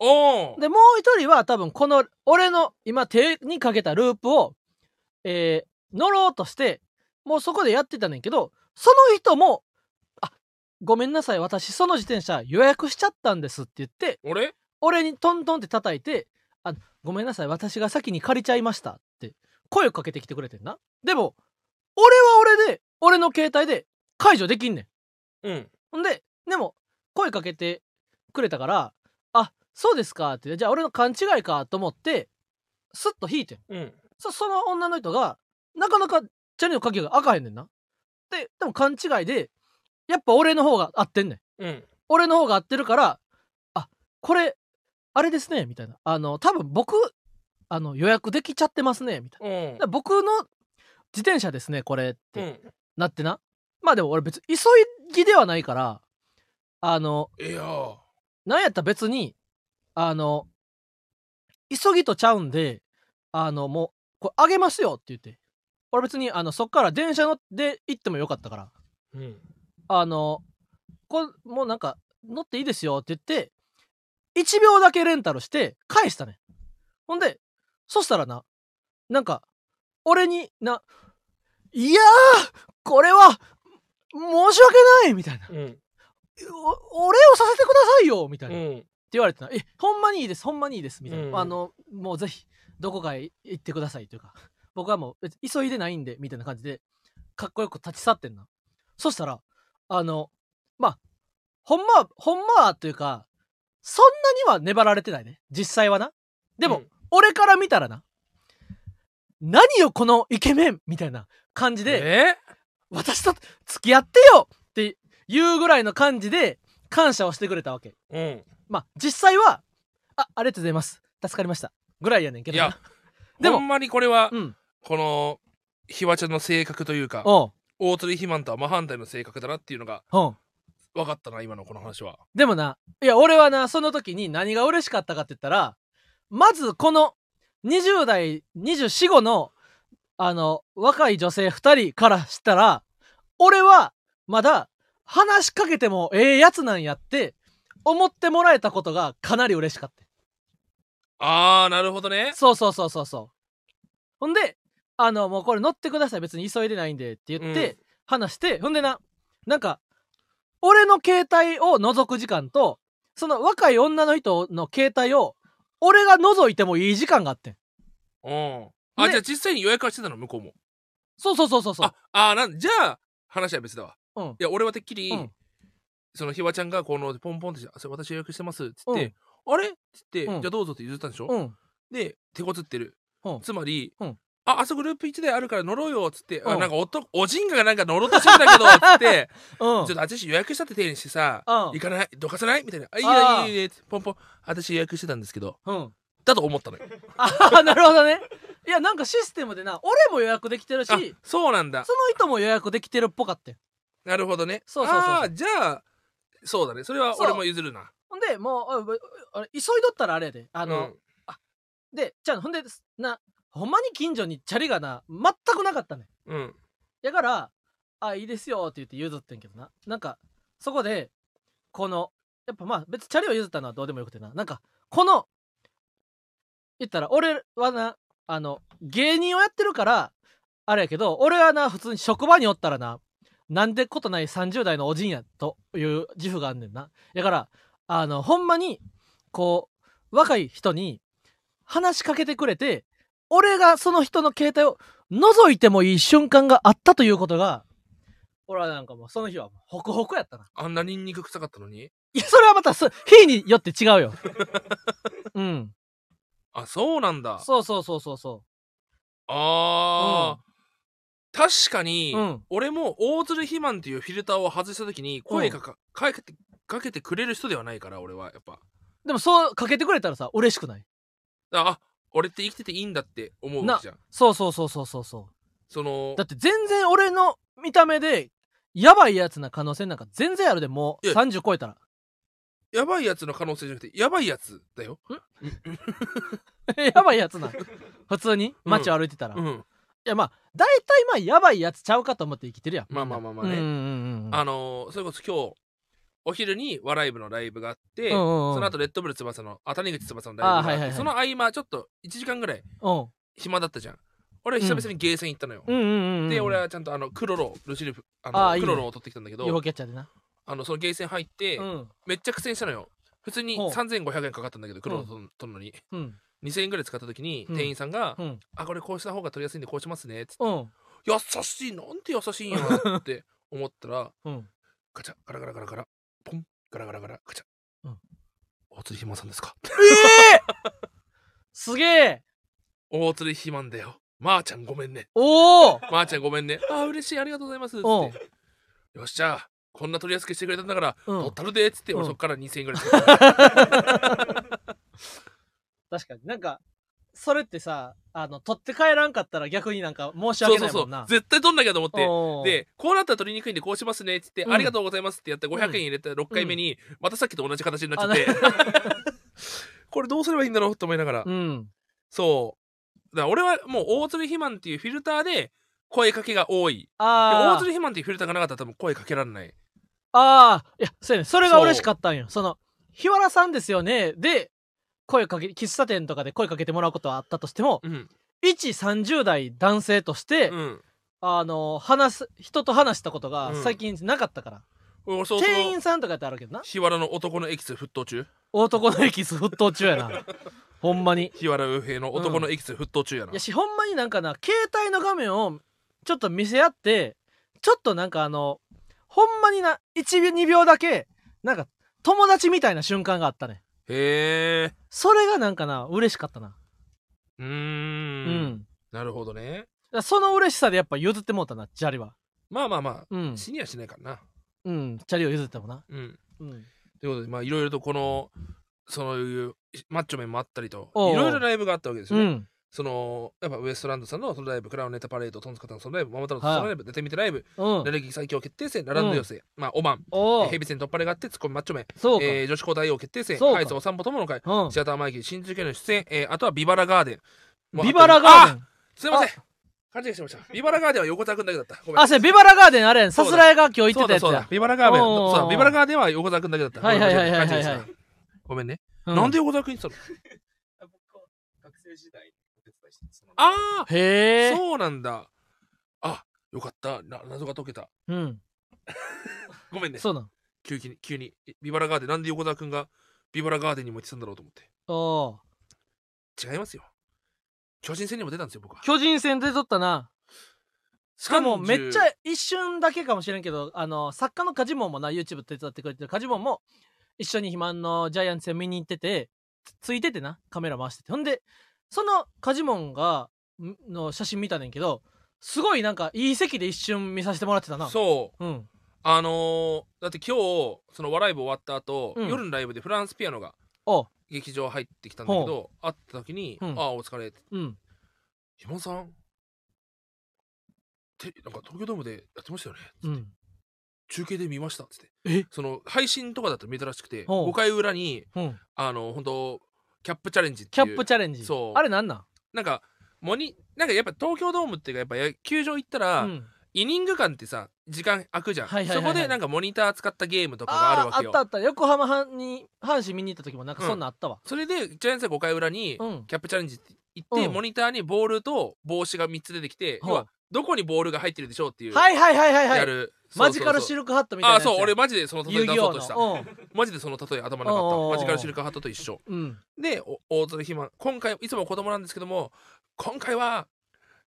[SPEAKER 1] おお
[SPEAKER 2] んでもう1人は多分この俺の今手にかけたループを、えー乗ろうとしてもうそこでやってたねんけどその人も「あごめんなさい私その自転車予約しちゃったんです」って言って
[SPEAKER 1] 俺
[SPEAKER 2] 俺にトントンって叩いて「あごめんなさい私が先に借りちゃいました」って声をかけてきてくれてんなでも俺は俺で俺の携帯で解除できんねん
[SPEAKER 1] うん
[SPEAKER 2] ほんででも声かけてくれたから「あそうですか」ってじゃあ俺の勘違いかと思ってスッと引いてん
[SPEAKER 1] うん
[SPEAKER 2] そその女の人がなかなかチャリの鍵が開かへんねんなででも勘違いでやっぱ俺の方が合ってんねん
[SPEAKER 1] うん
[SPEAKER 2] 俺の方が合ってるから、あ、これ、あれですね、みたいな。あの、多分僕、あの、予約できちゃってますね、みたい
[SPEAKER 1] うん
[SPEAKER 2] な。僕の自転車ですね、これっ
[SPEAKER 1] う
[SPEAKER 2] て
[SPEAKER 1] ん
[SPEAKER 2] なってな。まあでも俺別に急ぎではないから、あの、
[SPEAKER 1] いやー
[SPEAKER 2] なんやったら別に、あの、急ぎとちゃうんで、あの、もう、これあげますよって言って。俺別に、あの、そっから電車乗って行ってもよかったから。
[SPEAKER 1] うん
[SPEAKER 2] あの、こもうなんか、乗っていいですよって言って、1秒だけレンタルして、返したね。ほんで、そしたらな、なんか、俺にな、いやー、これは、申し訳ないみたいな。
[SPEAKER 1] うん
[SPEAKER 2] お、お礼をさせてくださいよみたいな。
[SPEAKER 1] う
[SPEAKER 2] って
[SPEAKER 1] ん
[SPEAKER 2] 言われてな、え、ほんまにいいです、ほんまにいいです、みたいな。
[SPEAKER 1] うん
[SPEAKER 2] あの、もうぜひ、どこかへ行ってくださいというか、僕はもう別に急いでないんで、みたいな感じで、かっこよく立ち去ってんな。そしたら、あの、まあ、ほんまは、ほんまはというか、そんなには粘られてないね。実際はな。でも、
[SPEAKER 1] うん
[SPEAKER 2] 俺から見たらな、何よこのイケメンみたいな感じで、
[SPEAKER 1] え
[SPEAKER 2] 私と付き合ってよっていうぐらいの感じで感謝をしてくれたわけ。
[SPEAKER 1] うん
[SPEAKER 2] まあ実際は、あ、ありがとうございます。助かりました。ぐらいやねんけ
[SPEAKER 1] い
[SPEAKER 2] どな。
[SPEAKER 1] や
[SPEAKER 2] で
[SPEAKER 1] で
[SPEAKER 2] も
[SPEAKER 1] もほんまにこれは、
[SPEAKER 2] うん。
[SPEAKER 1] このひわちゃんの性格というか
[SPEAKER 2] おう
[SPEAKER 1] 大鳥ひまんとは真反対の性格だなっていうのが
[SPEAKER 2] おう
[SPEAKER 1] 分かったな今のこの話は
[SPEAKER 2] でもな、いや、俺はな、その時に何が嬉しかったかって言ったら、まずこの20代、24、5の、あの、若い女性2人からしたら、俺はまだ話しかけてもええやつなんやって思ってもらえたことがかなり嬉しかった。
[SPEAKER 1] あーなるほどね
[SPEAKER 2] そうそうそうそうそう。ほんで、あの、もうこれ乗ってください。別に急いでないんでって言って、
[SPEAKER 1] うん
[SPEAKER 2] 話して、ほんでな、なんか、俺の携帯を覗く時間と、その若い女の人の携帯を、俺が覗いてもいい時間があってん。
[SPEAKER 1] うんあ、
[SPEAKER 2] ね
[SPEAKER 1] じゃあ実際に予約はしてたの向こうも
[SPEAKER 2] そうそうそうそうそう
[SPEAKER 1] あ。あーなんじゃあ話は別だわ
[SPEAKER 2] うん
[SPEAKER 1] い。や俺はてっきり、
[SPEAKER 2] うん
[SPEAKER 1] そのひわちゃんがこのポンポンってしてあ「それ私予約してます」っつ
[SPEAKER 2] う
[SPEAKER 1] っ
[SPEAKER 2] ん
[SPEAKER 1] て「あれ?」っつって、
[SPEAKER 2] うん
[SPEAKER 1] じゃあどうぞ」って譲ったんでしょ、
[SPEAKER 2] うん。
[SPEAKER 1] で手こずってる、
[SPEAKER 2] うん
[SPEAKER 1] つまり、
[SPEAKER 2] うん
[SPEAKER 1] ああそこグループ1であるから乗ろうよっつって、
[SPEAKER 2] う
[SPEAKER 1] あ
[SPEAKER 2] ん
[SPEAKER 1] なんかおとおじんがなんか乗ろうとしてるんだけどっつって
[SPEAKER 2] うん。
[SPEAKER 1] ちょっと私予約したって手にしてさ、
[SPEAKER 2] うん
[SPEAKER 1] 行かないどかさないみたいな「あいい
[SPEAKER 2] あー
[SPEAKER 1] ねいいねいいね」ってポンポン私予約してたんですけど
[SPEAKER 2] うん。
[SPEAKER 1] だと思ったのよ
[SPEAKER 2] あ あ、なるほどね。いや、なんかシステムでな、俺も予約できてるし、そ
[SPEAKER 1] あ
[SPEAKER 2] の
[SPEAKER 1] そうなんだ
[SPEAKER 2] 人も予約できてるっぽかってん。
[SPEAKER 1] なるほどね
[SPEAKER 2] そうそうそうそう
[SPEAKER 1] あーじゃあそうだねそれは俺も譲るな
[SPEAKER 2] ほんで、もう、ああれ急いどったらあれやで。あ
[SPEAKER 1] あ
[SPEAKER 2] の、で、じゃあ、ほんで、な、ほんまに近所にチャリがな、全くなかったね。
[SPEAKER 1] うん、うん
[SPEAKER 2] やから、あ、いいですよって言って譲ってんけどな。なんか、そこで、この、やっぱまあ、別にチャリを譲ったのはどうでもよくてな。なんか、この、言ったら、俺はな、あの、芸人をやってるから、あれやけど、俺はな、普通に職場におったらな、なんでことない30代のおじんや、という自負があんねんな。やから、あの、ほんまに、こう、若い人に話しかけてくれて、俺がその人の携帯を覗いてもいい瞬間があったということが、俺はなんかもうその日はもうホクホクやったな。
[SPEAKER 1] あんなにんにく臭かったのに
[SPEAKER 2] いや、それはまたそ、日によって違う よ。うん。
[SPEAKER 1] あそうなんだ
[SPEAKER 2] そうそうそうそうそ
[SPEAKER 1] あー、確かに、
[SPEAKER 2] うん
[SPEAKER 1] 俺も大鶴肥満っていうフィルターを外した時に声かか,、かけてかけてくれる人ではないから俺はやっぱ
[SPEAKER 2] う。でもそうかけてくれたらさ、嬉しくない
[SPEAKER 1] だあ俺って生きてていいんだって思う
[SPEAKER 2] な
[SPEAKER 1] じゃん
[SPEAKER 2] そうそうそうそうそうそ。
[SPEAKER 1] そうの
[SPEAKER 2] だって全然俺の見た目で、やばいやつな可能性なんか全然あるで、もう
[SPEAKER 1] いや
[SPEAKER 2] 30超えたら。
[SPEAKER 1] やばいやつの可能性じゃなくてやばいやつだよ、
[SPEAKER 2] やばいやつな。普通に街を歩いてたら。
[SPEAKER 1] う
[SPEAKER 2] い
[SPEAKER 1] ん、
[SPEAKER 2] や、まあ、大体まあ、やばいやつちゃうかと思って生きてるやん。
[SPEAKER 1] まあまあまあまあ
[SPEAKER 2] うん
[SPEAKER 1] ね、
[SPEAKER 2] うんうん。
[SPEAKER 1] あのーそれこそ今日お昼に笑い部のライブがあって、
[SPEAKER 2] うんうんうん
[SPEAKER 1] その後レッドブル翼のあ谷口翼のライブがあって
[SPEAKER 2] あはいはいはい
[SPEAKER 1] その合間ちょっと1時間ぐらい
[SPEAKER 2] うん。
[SPEAKER 1] 暇だったじゃん俺久々にゲーセン行ったのよ、
[SPEAKER 2] うんうんうん。
[SPEAKER 1] で俺はちゃんとあのクロロルシルフあ
[SPEAKER 2] あ
[SPEAKER 1] の
[SPEAKER 2] ーいいね
[SPEAKER 1] クロロを取ってきたんだけど
[SPEAKER 2] UFO キャッチャーでな。
[SPEAKER 1] あのそのゲーセン入って、
[SPEAKER 2] うん。
[SPEAKER 1] めっちゃ苦戦したのよ普通に
[SPEAKER 2] ほう
[SPEAKER 1] 3500円かかったんだけどクロロ取る取るのに
[SPEAKER 2] うん。
[SPEAKER 1] 2000円ぐらい使った時に
[SPEAKER 2] うん
[SPEAKER 1] 店員さんが「
[SPEAKER 2] うん。
[SPEAKER 1] あこれこうした方が取りやすいんでこうしますね」っつって
[SPEAKER 2] うん。
[SPEAKER 1] 「優しいなんて優しいんやな」って思ったら
[SPEAKER 2] うん。
[SPEAKER 1] ガチャガラガラガラガラポンガラガラガラガチャ
[SPEAKER 2] うん
[SPEAKER 1] 大鶴ひまさんですか
[SPEAKER 2] すげえ
[SPEAKER 1] 大鶴ひまんだよまー、ちゃんごめんね
[SPEAKER 2] おお
[SPEAKER 1] まー、ちゃんごめんねあー嬉しいありがとうございます」っつ
[SPEAKER 2] お
[SPEAKER 1] って「よっしゃこんな取りやすくしてくれたんだから
[SPEAKER 2] うん
[SPEAKER 1] 取ったるで」っつって俺そっから2000円ぐらい使 った
[SPEAKER 2] 確かになんか、それってさ、あの、取って帰らんかったら逆になんか申し訳ないもんな。
[SPEAKER 1] 絶対取んなきゃと思って
[SPEAKER 2] おー、
[SPEAKER 1] でこうなったら取りにくいんでこうしますねっつって、
[SPEAKER 2] うん
[SPEAKER 1] ありがとうございますってやって500円入れた6回目に、またさっきと同じ形になっちゃって
[SPEAKER 2] あ
[SPEAKER 1] これどうすればいいんだろうと思いながら、
[SPEAKER 2] うん。
[SPEAKER 1] そうだから俺はもう大鶴肥満っていうフィルターで声かけが多いで大
[SPEAKER 2] あ
[SPEAKER 1] 鶴
[SPEAKER 2] ー
[SPEAKER 1] 肥満っていうフィルターがなかったら多分声かけられない
[SPEAKER 2] あー、いや、そうやね。それが嬉しかったんよ。その、日原さんですよね。で、声かけ、喫茶店とかで声かけてもらうことはあったとしても、
[SPEAKER 1] うん
[SPEAKER 2] 一30代男性として、
[SPEAKER 1] うん
[SPEAKER 2] あの、話す、人と話したことが
[SPEAKER 1] うん
[SPEAKER 2] 最近なかったから。
[SPEAKER 1] 俺そうそう
[SPEAKER 2] 店員さんとかやってあるけどな。
[SPEAKER 1] 日原の男のエキス沸騰中
[SPEAKER 2] 男のエキス沸騰中 やな。ほんまに。
[SPEAKER 1] 日原洋平の男のエキス沸騰中やな、
[SPEAKER 2] いやしほんまになんかな携帯の画面をちょっと見せ合ってちょっとなんかあのほんまにな12秒だけなんか友達みたいな瞬間があったね
[SPEAKER 1] へえ
[SPEAKER 2] それがなんかな嬉しかったな
[SPEAKER 1] う
[SPEAKER 2] う
[SPEAKER 1] ー
[SPEAKER 2] ん、
[SPEAKER 1] んなるほどね
[SPEAKER 2] らその嬉しさでやっぱ譲ってもうたなチャリは
[SPEAKER 1] まあまあま
[SPEAKER 2] う
[SPEAKER 1] あ
[SPEAKER 2] ん、
[SPEAKER 1] 死にはしないからな
[SPEAKER 2] うん、チャリを譲ってもな
[SPEAKER 1] うん
[SPEAKER 2] うん
[SPEAKER 1] ということでまあいろいろとこのそういうマッチョ面もあったりとい
[SPEAKER 2] おうおう
[SPEAKER 1] ろいろライブがあったわけです
[SPEAKER 2] う
[SPEAKER 1] よね、
[SPEAKER 2] ん
[SPEAKER 1] そのやっぱウエストランドさんのそのライブクラウンネタパレードトンツカタンのそのライブママタロウさんのそのライブ出てみてライブ
[SPEAKER 2] うん
[SPEAKER 1] レレキ最強決定戦ラランド寄せ、まあオマンえ
[SPEAKER 2] お
[SPEAKER 1] ー
[SPEAKER 2] お
[SPEAKER 1] ヘビ戦突破れがあってツッコミマッチョ面、
[SPEAKER 2] そうか、
[SPEAKER 1] えー女子高大王決定戦
[SPEAKER 2] そうか
[SPEAKER 1] ハイズお散歩友の会
[SPEAKER 2] うん
[SPEAKER 1] シアターマイキー新宿への出演、えーあとはビバラガーデンもう
[SPEAKER 2] ビバラガー
[SPEAKER 1] あ
[SPEAKER 2] デン
[SPEAKER 1] すいません勘違いしてましたビバラガーデンは横田君だけだったごめん
[SPEAKER 2] あ、それビバラガーデンあれやん。
[SPEAKER 1] そ
[SPEAKER 2] さ
[SPEAKER 1] うだ
[SPEAKER 2] すらいが今日
[SPEAKER 1] そ
[SPEAKER 2] 言
[SPEAKER 1] う
[SPEAKER 2] ってた
[SPEAKER 1] だ
[SPEAKER 2] やつ
[SPEAKER 1] そうだ
[SPEAKER 2] や。
[SPEAKER 1] ビバラガーデン
[SPEAKER 2] おうおうおう
[SPEAKER 1] そうだビバラガーデンは横田君だけだった
[SPEAKER 2] はいはいはいはいはい
[SPEAKER 1] ごめん間違えてたごめんね、
[SPEAKER 2] うん
[SPEAKER 1] なんで横田君言ってたの
[SPEAKER 3] 僕は学生時代にお手伝いしてその
[SPEAKER 1] ああ
[SPEAKER 2] へえ。
[SPEAKER 1] そうなんだあよかったな謎が解けた
[SPEAKER 2] うん。
[SPEAKER 1] ごめんね
[SPEAKER 2] そうなん。
[SPEAKER 1] 急に急にえビバラガーデンなんで横田君がビバラガーデンにも行ってたんだろうと思って
[SPEAKER 2] おおー。
[SPEAKER 1] 違いますよ巨人戦にも出たんですよ僕は
[SPEAKER 2] 巨人戦出とったな。しかも
[SPEAKER 1] 30
[SPEAKER 2] めっちゃ一瞬だけかもしれんけど、あの、作家のカジモンもな、YouTube 手伝ってくれてるカジモンも、一緒に肥満のジャイアンツ戦見に行ってて、つついててな、カメラ回してて。ほんで、そのカジモンが、んの写真見たねんけど、すごいなんか、いい席で一瞬見させてもらってたな。
[SPEAKER 1] そう
[SPEAKER 2] う。うん。
[SPEAKER 1] あのーだって今日その笑い部終わった後、
[SPEAKER 2] うん
[SPEAKER 1] 夜のライブでフランスピアノが
[SPEAKER 2] おう
[SPEAKER 1] 劇場入ってきたんだけど会った時に「
[SPEAKER 2] うん
[SPEAKER 1] ああお疲れ」
[SPEAKER 2] うん。
[SPEAKER 1] ひもさんてなんか東京ドームでやってましたよね」
[SPEAKER 2] うん。
[SPEAKER 1] 中継で見ました」っつって
[SPEAKER 2] え
[SPEAKER 1] その配信とかだと見たらしくて
[SPEAKER 2] ほう
[SPEAKER 1] 5回裏に
[SPEAKER 2] うん。
[SPEAKER 1] あの本当キャップチャレンジって
[SPEAKER 2] キ
[SPEAKER 1] い
[SPEAKER 2] ャ
[SPEAKER 1] う
[SPEAKER 2] ップチャレンジ。
[SPEAKER 1] そう
[SPEAKER 2] あれなんなん
[SPEAKER 1] なんかモニなんかやっぱ東京ドームっていうかやっぱ野球場行ったら、
[SPEAKER 2] うん
[SPEAKER 1] イニング間ってさ時間空くじゃん、
[SPEAKER 2] はいはいはいはい
[SPEAKER 1] そこでなんかモニター使ったゲームとかがあ
[SPEAKER 2] あ
[SPEAKER 1] る
[SPEAKER 2] ー
[SPEAKER 1] わけ
[SPEAKER 2] あっ
[SPEAKER 1] よ
[SPEAKER 2] たあった横浜はんに阪神見に行った時もなんかそんなんあったわ、
[SPEAKER 1] それでジャイアンツは5回裏に
[SPEAKER 2] うん
[SPEAKER 1] キャップチャレンジって言って、
[SPEAKER 2] うん
[SPEAKER 1] モニターにボールと帽子が3つ出てきて、
[SPEAKER 2] ほう
[SPEAKER 1] 要はどこにボールが入ってるでしょうっていう、
[SPEAKER 2] はいはいはいはいは
[SPEAKER 1] や
[SPEAKER 2] い
[SPEAKER 1] る
[SPEAKER 2] マジカル
[SPEAKER 1] そうそうそ
[SPEAKER 2] シ
[SPEAKER 1] う
[SPEAKER 2] ルクハットみたいな
[SPEAKER 1] あ
[SPEAKER 2] や
[SPEAKER 1] あ
[SPEAKER 2] つ
[SPEAKER 1] そう俺マジでその例え
[SPEAKER 2] 遊
[SPEAKER 1] 出
[SPEAKER 2] 戯
[SPEAKER 1] そ
[SPEAKER 2] 王
[SPEAKER 1] うとした
[SPEAKER 2] の
[SPEAKER 1] マジでその例え頭なか
[SPEAKER 2] おうお
[SPEAKER 1] っ
[SPEAKER 2] うおう
[SPEAKER 1] たマジカルシルクハットと一緒
[SPEAKER 2] うん、うん、
[SPEAKER 1] でお大鶴ひま今回いつも子供なんですけども今回は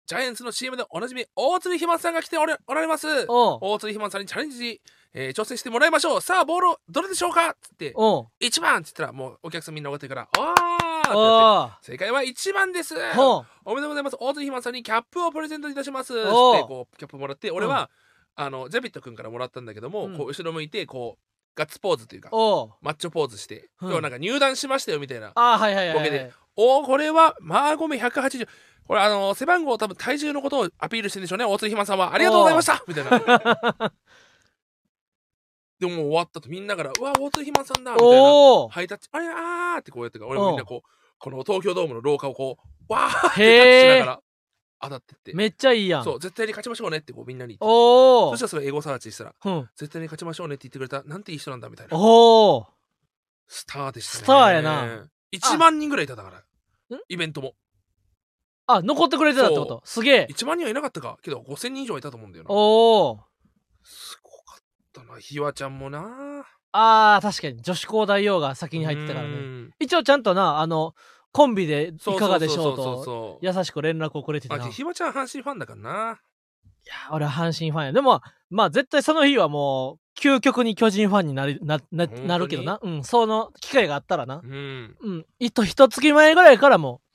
[SPEAKER 1] ジャイアンツの CM でおなじみ大鶴ひまさんが来ておれおられます
[SPEAKER 2] おう
[SPEAKER 1] 大鶴ひまさんにチャレンジ、えー挑戦してもらいましょうさあボールをどれでしょうかっつって
[SPEAKER 2] おう
[SPEAKER 1] 1番っつったらもうお客さんみんな分かってるから「おー!」ってやっ
[SPEAKER 2] お
[SPEAKER 1] て正解は1番です
[SPEAKER 2] うほう
[SPEAKER 1] おめでとうございます大鶴ひまさんにキャップをプレゼントいたしますっつって
[SPEAKER 2] おう
[SPEAKER 1] こうキャップもらって俺は、あのジャビット君からもらったんだけども、
[SPEAKER 2] うん
[SPEAKER 1] こう後ろ向いてこうガッツポーズというか
[SPEAKER 2] おう
[SPEAKER 1] マッチョポーズして、
[SPEAKER 2] うん
[SPEAKER 1] 要はなんか入団しましたよみたいな
[SPEAKER 2] ああはいはいはい、
[SPEAKER 1] ボケ
[SPEAKER 2] はい
[SPEAKER 1] で、おーこれはマーゴメ180これあの背番号多分体重のことをアピールしてるんでしょうね大津ひまさんはありがとうございましたみたいな でももう終わったとみんなから「うわ大津ひまさんだ」みたいな
[SPEAKER 2] おお
[SPEAKER 1] ハイタッチ「あれあー」ってこうやってから俺もみんなこうこの東京ドームの廊下をこうわーってタッチしな
[SPEAKER 2] へ
[SPEAKER 1] が
[SPEAKER 2] え
[SPEAKER 1] ら当たってって
[SPEAKER 2] めっちゃいいやん
[SPEAKER 1] そう絶対に勝ちましょうねってこうみんなに言って
[SPEAKER 2] お
[SPEAKER 1] そ
[SPEAKER 2] お
[SPEAKER 1] したらそれ英語サーチしたら
[SPEAKER 2] うん、
[SPEAKER 1] 絶対に勝ちましょうねって言ってくれたなんていい人なんだみたいな
[SPEAKER 2] おお
[SPEAKER 1] スターでしたね
[SPEAKER 2] スターやな
[SPEAKER 1] 1万人ぐらいいただから
[SPEAKER 2] ん
[SPEAKER 1] イベントも
[SPEAKER 2] あ残ってくれてたってことすげえ
[SPEAKER 1] 1万人はいなかったかけど5000人以上はいたと思うんだよな
[SPEAKER 2] おお
[SPEAKER 1] すごかったなひわちゃんもな
[SPEAKER 2] あー確かに女子高大王が先に入ってたから
[SPEAKER 1] う
[SPEAKER 2] ね
[SPEAKER 1] ん
[SPEAKER 2] 一応ちゃんとなあのコンビでい
[SPEAKER 1] そう
[SPEAKER 2] かがでしょう
[SPEAKER 1] そうそう
[SPEAKER 2] と
[SPEAKER 1] そうそう
[SPEAKER 2] 優しく連絡をくれてた
[SPEAKER 1] あ
[SPEAKER 2] な
[SPEAKER 1] ひわちゃん阪神ファンだからない
[SPEAKER 2] やー俺は阪神ファンやでもまあ絶対その日はもう究極に巨人ファンになりなな
[SPEAKER 1] 本当に
[SPEAKER 2] なるけどなうんその機会があったらな
[SPEAKER 1] うん
[SPEAKER 2] うんいと一月前ぐらいからもう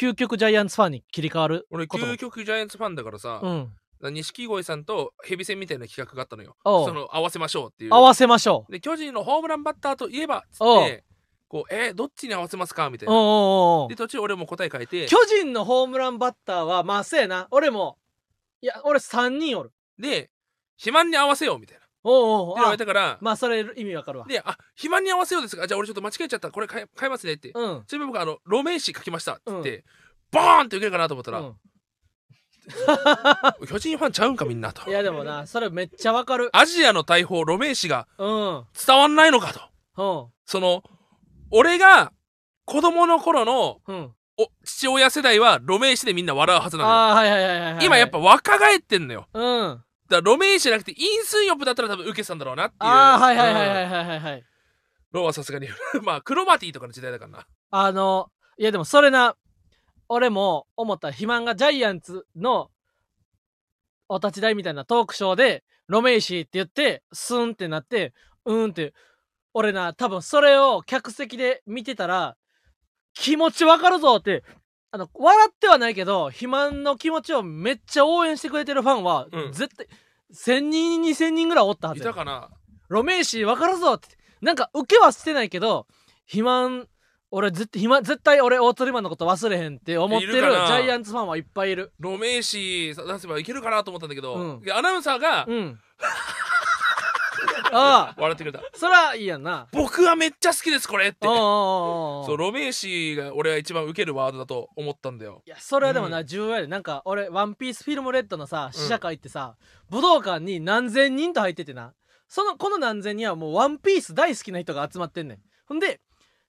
[SPEAKER 2] 究極ジャイアンツファンに切り替わる
[SPEAKER 1] 俺
[SPEAKER 2] ことも
[SPEAKER 1] 究極ジャイアンツファンだからさ
[SPEAKER 2] うん
[SPEAKER 1] 錦鯉さんとヘビ戦みたいな企画があったのよ
[SPEAKER 2] おう
[SPEAKER 1] その合わせましょうっていう
[SPEAKER 2] 合わせましょ
[SPEAKER 1] で巨人のホームランバッターといえばっつ
[SPEAKER 2] お
[SPEAKER 1] っ
[SPEAKER 2] う
[SPEAKER 1] てこうえーどっちに合わせますかみたいう
[SPEAKER 2] おう
[SPEAKER 1] な
[SPEAKER 2] おうおう
[SPEAKER 1] で途中俺も答え変えて
[SPEAKER 2] 巨人のホームランバッターはまあせやな俺もいや俺3人おる
[SPEAKER 1] で肥満に合わせようみたいな
[SPEAKER 2] おう
[SPEAKER 1] で
[SPEAKER 2] おうお
[SPEAKER 1] 言
[SPEAKER 2] う
[SPEAKER 1] わ
[SPEAKER 2] あ
[SPEAKER 1] れたから
[SPEAKER 2] まあそれ意味わかるわ
[SPEAKER 1] であ肥満に合わせようですかじゃあ俺ちょっと間違えちゃったこれ変え変えますねって
[SPEAKER 2] うん
[SPEAKER 1] ちなみに僕あの路面紙書きましたって言って、ボーンって受けるかなと思ったら、
[SPEAKER 2] うん
[SPEAKER 1] 巨人ファンちゃうんかみんなと
[SPEAKER 2] いやでもなそれめっちゃわかる
[SPEAKER 1] アジアの大砲路面紙が
[SPEAKER 2] うんうん
[SPEAKER 1] 伝わんないのかとその俺が子供の頃の
[SPEAKER 2] うん
[SPEAKER 1] お父親世代は路面紙でみんな笑うはずなのよ
[SPEAKER 2] ああーはいはいはいはいはい
[SPEAKER 1] 今やっぱ若返ってんのよ
[SPEAKER 2] うんあ
[SPEAKER 1] だから路面紙じゃなくて飲水浴だったら多分受けてたんだろうなっていう
[SPEAKER 2] あーはいはいはいはい
[SPEAKER 1] い
[SPEAKER 2] はいはいはい
[SPEAKER 1] ロはさすがに まあクロマティとかの時代だからな
[SPEAKER 2] あのいやでもそれな俺も思った肥満がジャイアンツのお立ち台みたいなトークショーで「ロメイシー」って言ってスンってなってうーんって俺な多分それを客席で見てたら気持ちわかるぞってあの笑ってはないけど肥満の気持ちをめっちゃ応援してくれてるファンは、
[SPEAKER 1] うん
[SPEAKER 2] 絶対1,000人2,000人ぐらいおったはいず
[SPEAKER 1] た
[SPEAKER 2] や
[SPEAKER 1] かな
[SPEAKER 2] ロメイシー分かるぞってなんか受けはしてないけど肥満俺絶対肥満絶対俺大鳥マンのこと忘れへんって思ってる
[SPEAKER 1] い
[SPEAKER 2] ジ
[SPEAKER 1] るかな
[SPEAKER 2] ャイアンツファンはいっぱいいる
[SPEAKER 1] ロメイシー出せばいけるかなと思ったんだけど、
[SPEAKER 2] うん
[SPEAKER 1] でアナウンサーが
[SPEAKER 2] うん ああ
[SPEAKER 1] 笑ってくれた
[SPEAKER 2] そらいいやんな
[SPEAKER 1] 「僕はめっちゃ好きですこれ」って
[SPEAKER 2] おうおうおうおう
[SPEAKER 1] そうロメイシーが俺は一番ウケるワードだと思ったんだよ
[SPEAKER 2] いやそれはでもな、
[SPEAKER 1] う
[SPEAKER 2] 重要やでなんか俺「ワンピースフィルムレッドのさ試写会ってさ、武道館に何千人と入っててなそのこの何千人はもう「ワンピース大好きな人が集まってんねんほんで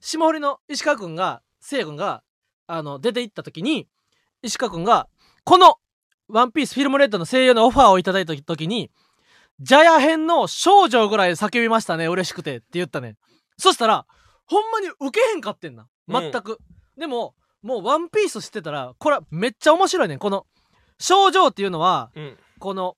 [SPEAKER 2] 霜降りの石川君がせいや君があの出て行った時に石川君がこの「ワンピースフィルムレッドの声優のオファーをいただいた時に「ジャヤ編の少女ぐらい叫びましたね嬉しくて」って言ったねんそしたらほんまにウケへんかってんな全く、でももう「ワンピース知ってたらこれめっちゃ面白いねんこの「少女」っていうのは
[SPEAKER 1] うん
[SPEAKER 2] この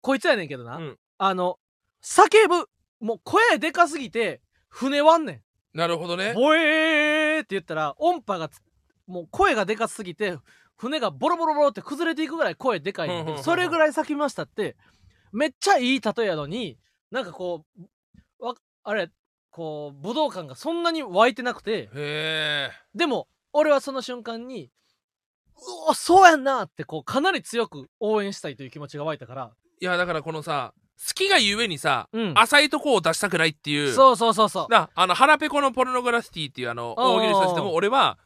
[SPEAKER 2] こいつやねんけどな、
[SPEAKER 1] うん
[SPEAKER 2] あの叫ぶもう声でかすぎて船割んねん
[SPEAKER 1] なるほどね
[SPEAKER 2] ボエーって言ったら音波がつもう声がでかすぎて船がボロボロボロって崩れていくぐらい声でかいね
[SPEAKER 1] う
[SPEAKER 2] んけ
[SPEAKER 1] んうんうんう
[SPEAKER 2] ど
[SPEAKER 1] ん
[SPEAKER 2] それぐらい叫びましたってめっちゃいい例えやのになんかこうわあれこう武道館がそんなに湧いてなくて
[SPEAKER 1] へえ
[SPEAKER 2] でも俺はその瞬間にうおそうやんなってこうかなり強く応援したいという気持ちが湧いたから
[SPEAKER 1] いやだからこのさ好きがゆえにさ、
[SPEAKER 2] うん
[SPEAKER 1] 浅いとこを出したくないっていう
[SPEAKER 2] そうそうそうそう
[SPEAKER 1] なあの腹ペコのポルノグラフィティっていうあの
[SPEAKER 2] おうお
[SPEAKER 1] 大
[SPEAKER 2] うおう
[SPEAKER 1] 喜利した人でも俺は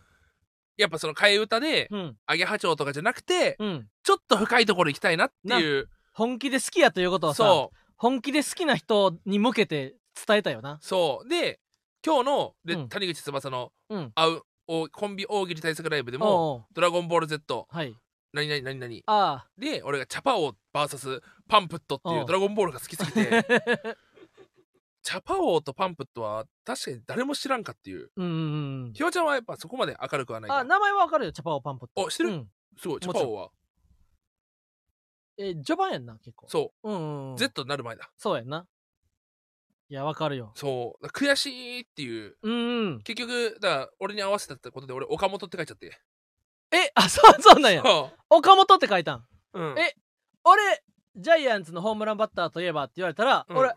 [SPEAKER 1] やっぱその替え歌で
[SPEAKER 2] うん
[SPEAKER 1] アゲハチョウとかじゃなくて
[SPEAKER 2] うん
[SPEAKER 1] ちょっと深いところ行きたいなっていう
[SPEAKER 2] 本気で好きやということをさ
[SPEAKER 1] そう
[SPEAKER 2] 本気で好きな人に向けて伝えたよな
[SPEAKER 1] そうで今日ので、
[SPEAKER 2] うん
[SPEAKER 1] 谷口翼の
[SPEAKER 2] うん
[SPEAKER 1] 会うおコンビ大喜利対策ライブでも
[SPEAKER 2] おうおう
[SPEAKER 1] 「ドラゴンボール Z
[SPEAKER 2] はい
[SPEAKER 1] 何々何々
[SPEAKER 2] あ」
[SPEAKER 1] で俺がチャパオ VS パンプットってい
[SPEAKER 2] お
[SPEAKER 1] う
[SPEAKER 2] う
[SPEAKER 1] ドラゴンボールが好きすぎ てチャパオとパンプットは確かに誰も知らんかっていう
[SPEAKER 2] あうんうんうん
[SPEAKER 1] ひよちゃんはやっぱそこまで明るくはないか
[SPEAKER 2] あ
[SPEAKER 1] ら
[SPEAKER 2] 名前はわかるよチャパオパンプって
[SPEAKER 1] お知ってる
[SPEAKER 2] うん
[SPEAKER 1] すごいチャ
[SPEAKER 2] も
[SPEAKER 1] パ
[SPEAKER 2] ちろん
[SPEAKER 1] オは
[SPEAKER 2] え序盤やんな結構
[SPEAKER 1] そう
[SPEAKER 2] うん、うん、
[SPEAKER 1] Z になる前だ
[SPEAKER 2] そうやんないやわかるよ
[SPEAKER 1] そう悔しいっていう
[SPEAKER 2] うんうん
[SPEAKER 1] 結局だから俺に合わせたってことで俺岡本って書いちゃって
[SPEAKER 2] えあそうそうなんや
[SPEAKER 1] そ
[SPEAKER 2] 岡本って書いたん
[SPEAKER 1] う、うん、
[SPEAKER 2] え俺ジャイアンツのホームランバッターといえばって言われたら、
[SPEAKER 1] うん
[SPEAKER 2] 俺